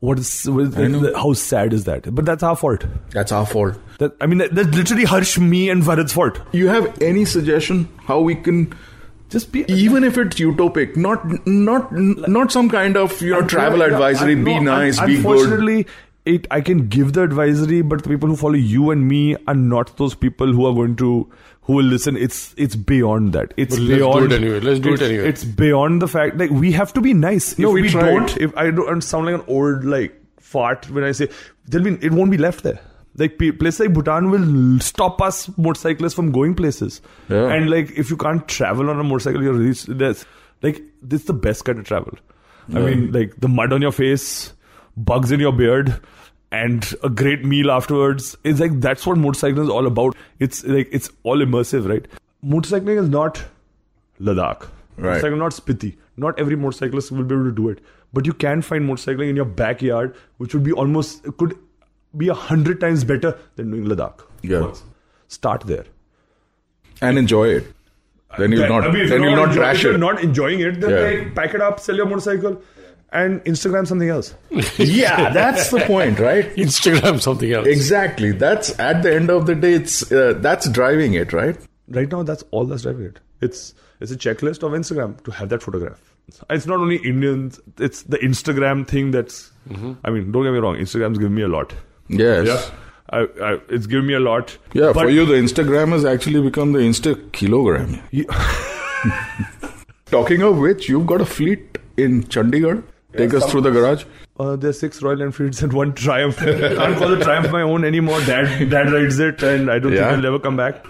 What is, what is
I know.
how sad is that? But that's our fault.
That's our fault.
That, I mean, that, that's literally Harsh, me, and Varad's fault.
You have any suggestion how we can
just be
even if it's utopic, not not not some kind of you know travel advisory.
I-
be
no, un-
nice, be good.
Unfortunately, it I can give the advisory, but the people who follow you and me are not those people who are going to who will listen. It's it's beyond that. It's
But let's do it
beyond
anyway. Let's do it
it's-
anyway.
It's beyond the fact like we have to be nice.
No,
if
we
we,
tried.
don't, if I don't sound like an old like fart when I say, then we, it won't be left there. Like pe- places like Bhutan will l- stop us motorcyclists from going places.
Yeah.
And like if you can't travel on a motorcycle, you're really, that's like this is the best kind of travel. I
Yeah.
mean, like the mud on your face, bugs in your beard, and a great meal afterwards. It's like that's what motorcycling is all about. It's like it's all immersive, right? Motorcycling is not Ladakh.
Right.
Motorcycling not Spiti. Not every motorcyclist will be able to do it. But you can find motorcycling in your backyard, which would be almost could be a hundred times better than doing Ladakh.
Yeah.
Start there.
and enjoy it. Then you'll
That-
not.
I mean, if
then
you're
you'll not
enjoy-
trash
if you're
it.
not enjoying it, then
Yeah.
like, pack it up, sell your motorcycle, and Instagram something else.
yeah, that's the point, right?
Instagram something else.
Exactly. That's at the end of the day. It's uh, that's driving it, right?
Right now, that's all that's driving it. It's it's a checklist of Instagram to have that photograph. It's not only Indians; it's the Instagram thing that's.
Mm-hmm.
I mean, don't get me wrong. Instagram's given me a lot.
Yes.
Yeah. I, I, it's given me a lot.
Yeah.
But-
for you, the Instagram has actually become the Insta kilogram. Talking of which, you've got a fleet in Chandigarh. Take us through the garage.
Uh, there's six Royal Enfields and one Triumph. I can't call the Triumph my own anymore. Dad, Dad rides it, and I don't
Yeah.
think he'll ever come back.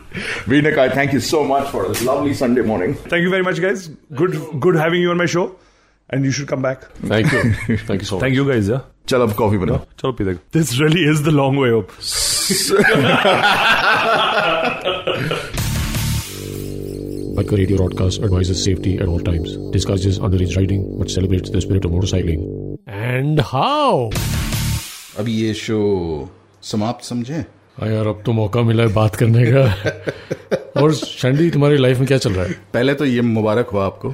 Vinakai, thank you so much for this lovely Sunday morning.
Thank you very much, guys. Good, good having you on my show, and you should come back.
Thank you. Thank you so much.
Thank you, guys. Yeah.
Chal ab coffee banao.
Chalo, pide. This really is the long way up.
Biker Radio Broadcast advises safety at all times, discourages underage riding, but celebrates the spirit of motorcycling. And how?
अभी ये show समाप्त समझे
हाँ यार अब तो मौका मिला है बात करने का और शंडी तुम्हारी लाइफ में क्या चल रहा है
पहले तो ये मुबारक हो आपको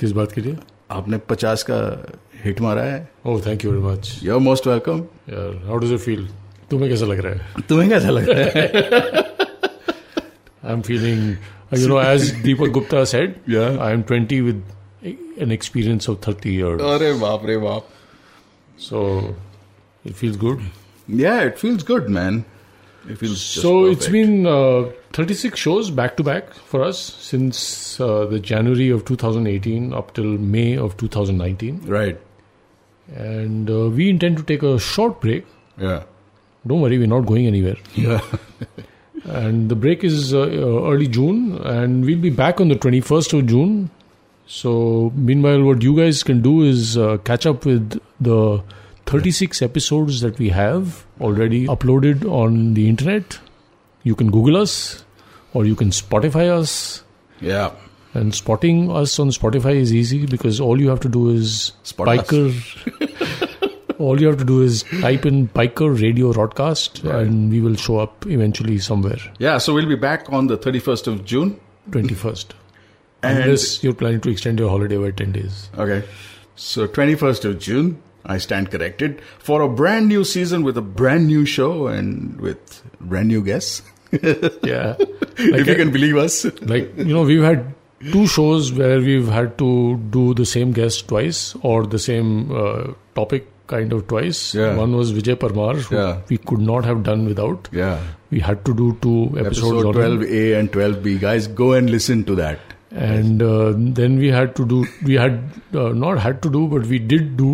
किस बात के लिए Oh,
आपने 50 का हिट मारा है
oh thank you very much
you are most welcome
यार हाउ डज यू फील तुम्हें कैसा लग रहा है
तुम्हें कैसा लग रहा है
I am feeling you know as Deepak Gupta said
Yeah.
I am 20 with an experience of 30
Uh.
Years
अरे बाप रे बाप
so it feels good
Yeah, it feels good, man. It feels just
So it's
perfect.
been uh, 36 shows back to back for us since uh, the January of 2018 up till May of 2019.
Right.
And uh, we intend to take a short break.
Yeah.
Don't worry, we're not going anywhere.
Yeah.
and the break is uh, uh, early June, and we'll be back on the 21st of June. So, meanwhile, what you guys can do is uh, catch up with the 36 episodes that we have already uploaded on the internet. You can Google us, or you can Spotify us.
Yeah.
And spotting us on Spotify is easy because all you have to do is
Spot us.
biker. all you have to do is type in biker radio broadcast, and we will show up eventually somewhere.
Yeah, so we'll be back on the 31st of June.
21st.
And-
Unless you're planning to extend your holiday by 10 days.
Okay. So 21st of June, I stand corrected, for a brand new season with a brand new show and with brand new guests.
yeah.
if you can believe us.
Like, you know, we've had two shows where we've had to do the same guest twice or the same uh, topic kind of twice.
Yeah.
One was Vijay Parmar, who
Yeah.
we could not have done without.
Yeah.
We had to do two episodes
Episode
on him.
12A and 12B. Guys, go and listen to that.
and uh, then we had to do we had uh, not had to do but we did do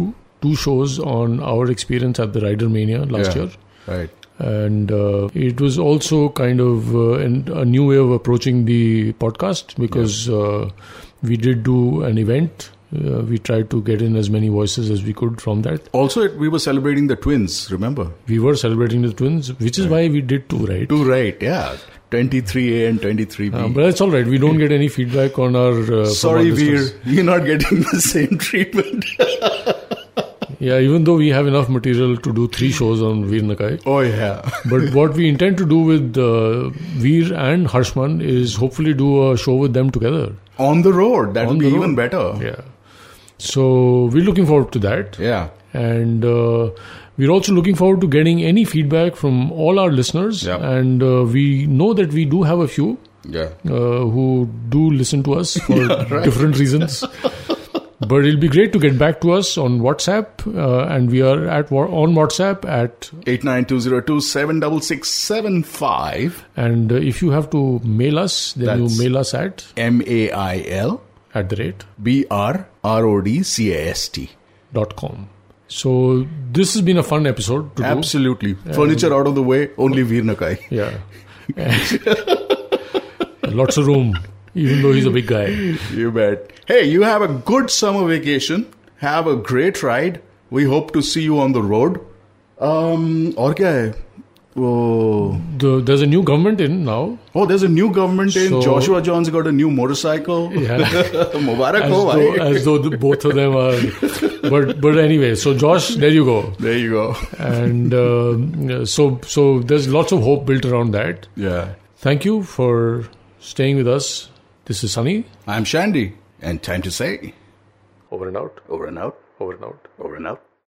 two shows on our experience at the rider mania last
Yeah,
year
right.
and uh, it was also kind of uh, an, a new way of approaching the podcast because uh, we did do an event uh, we tried to get in as many voices as we could from that
Also, it, we were celebrating the twins. Remember,
we were celebrating the twins, which is why we did two right.
Two right, yeah. Um, Twenty-three A and twenty-three B.
Uh, but it's all right. We don't get any feedback on our. Uh, from
Sorry,
our
Veer,
listeners.
you're not getting the same treatment.
Yeah, even though we have enough material to do three shows on Veer Nakai.
Oh, yeah.
but what we intend to do with uh, Veer and Harshman is hopefully do a show with them together.
On the road. That
would
be even better.
Yeah. So we're looking forward to that.
Yeah.
And uh, we're also looking forward to getting any feedback from all our listeners. And uh, we know that we do have a few.
Yeah.
uh, who do listen to us for
Yeah, right.
different reasons. but it'll be great to get back to us on WhatsApp, uh, and we are at wa- on WhatsApp at
eight nine two zero two seven double six seven five.
And uh, if you have to mail us, then
That's
you mail us at
M A I L
at the rate
B R R O D C A S T
dot com. So this has been a fun episode. To do.
Absolutely,
And-
furniture out of the way. Only Veer Nakai.
Yeah. Lots of room, even though he's a big guy.
You bet. Hey, you have a good summer vacation. Have a great ride. We hope to see you on the road. Um, और क्या है? वो-
The, there's a new government in now.
Oh, there's a new government in.
So-
Joshua John's got a new motorcycle. Mubarak
as
ho,
though,
bhai.
as though the, both of them are. But but anyway, so Josh, there you go,
there you go,
and um, so so there's lots of hope built around that.
Yeah.
Thank you for staying with us. This is Sunny.
I'm Shandy, and time to say
over and out,
over and out,
over and out,
over and out.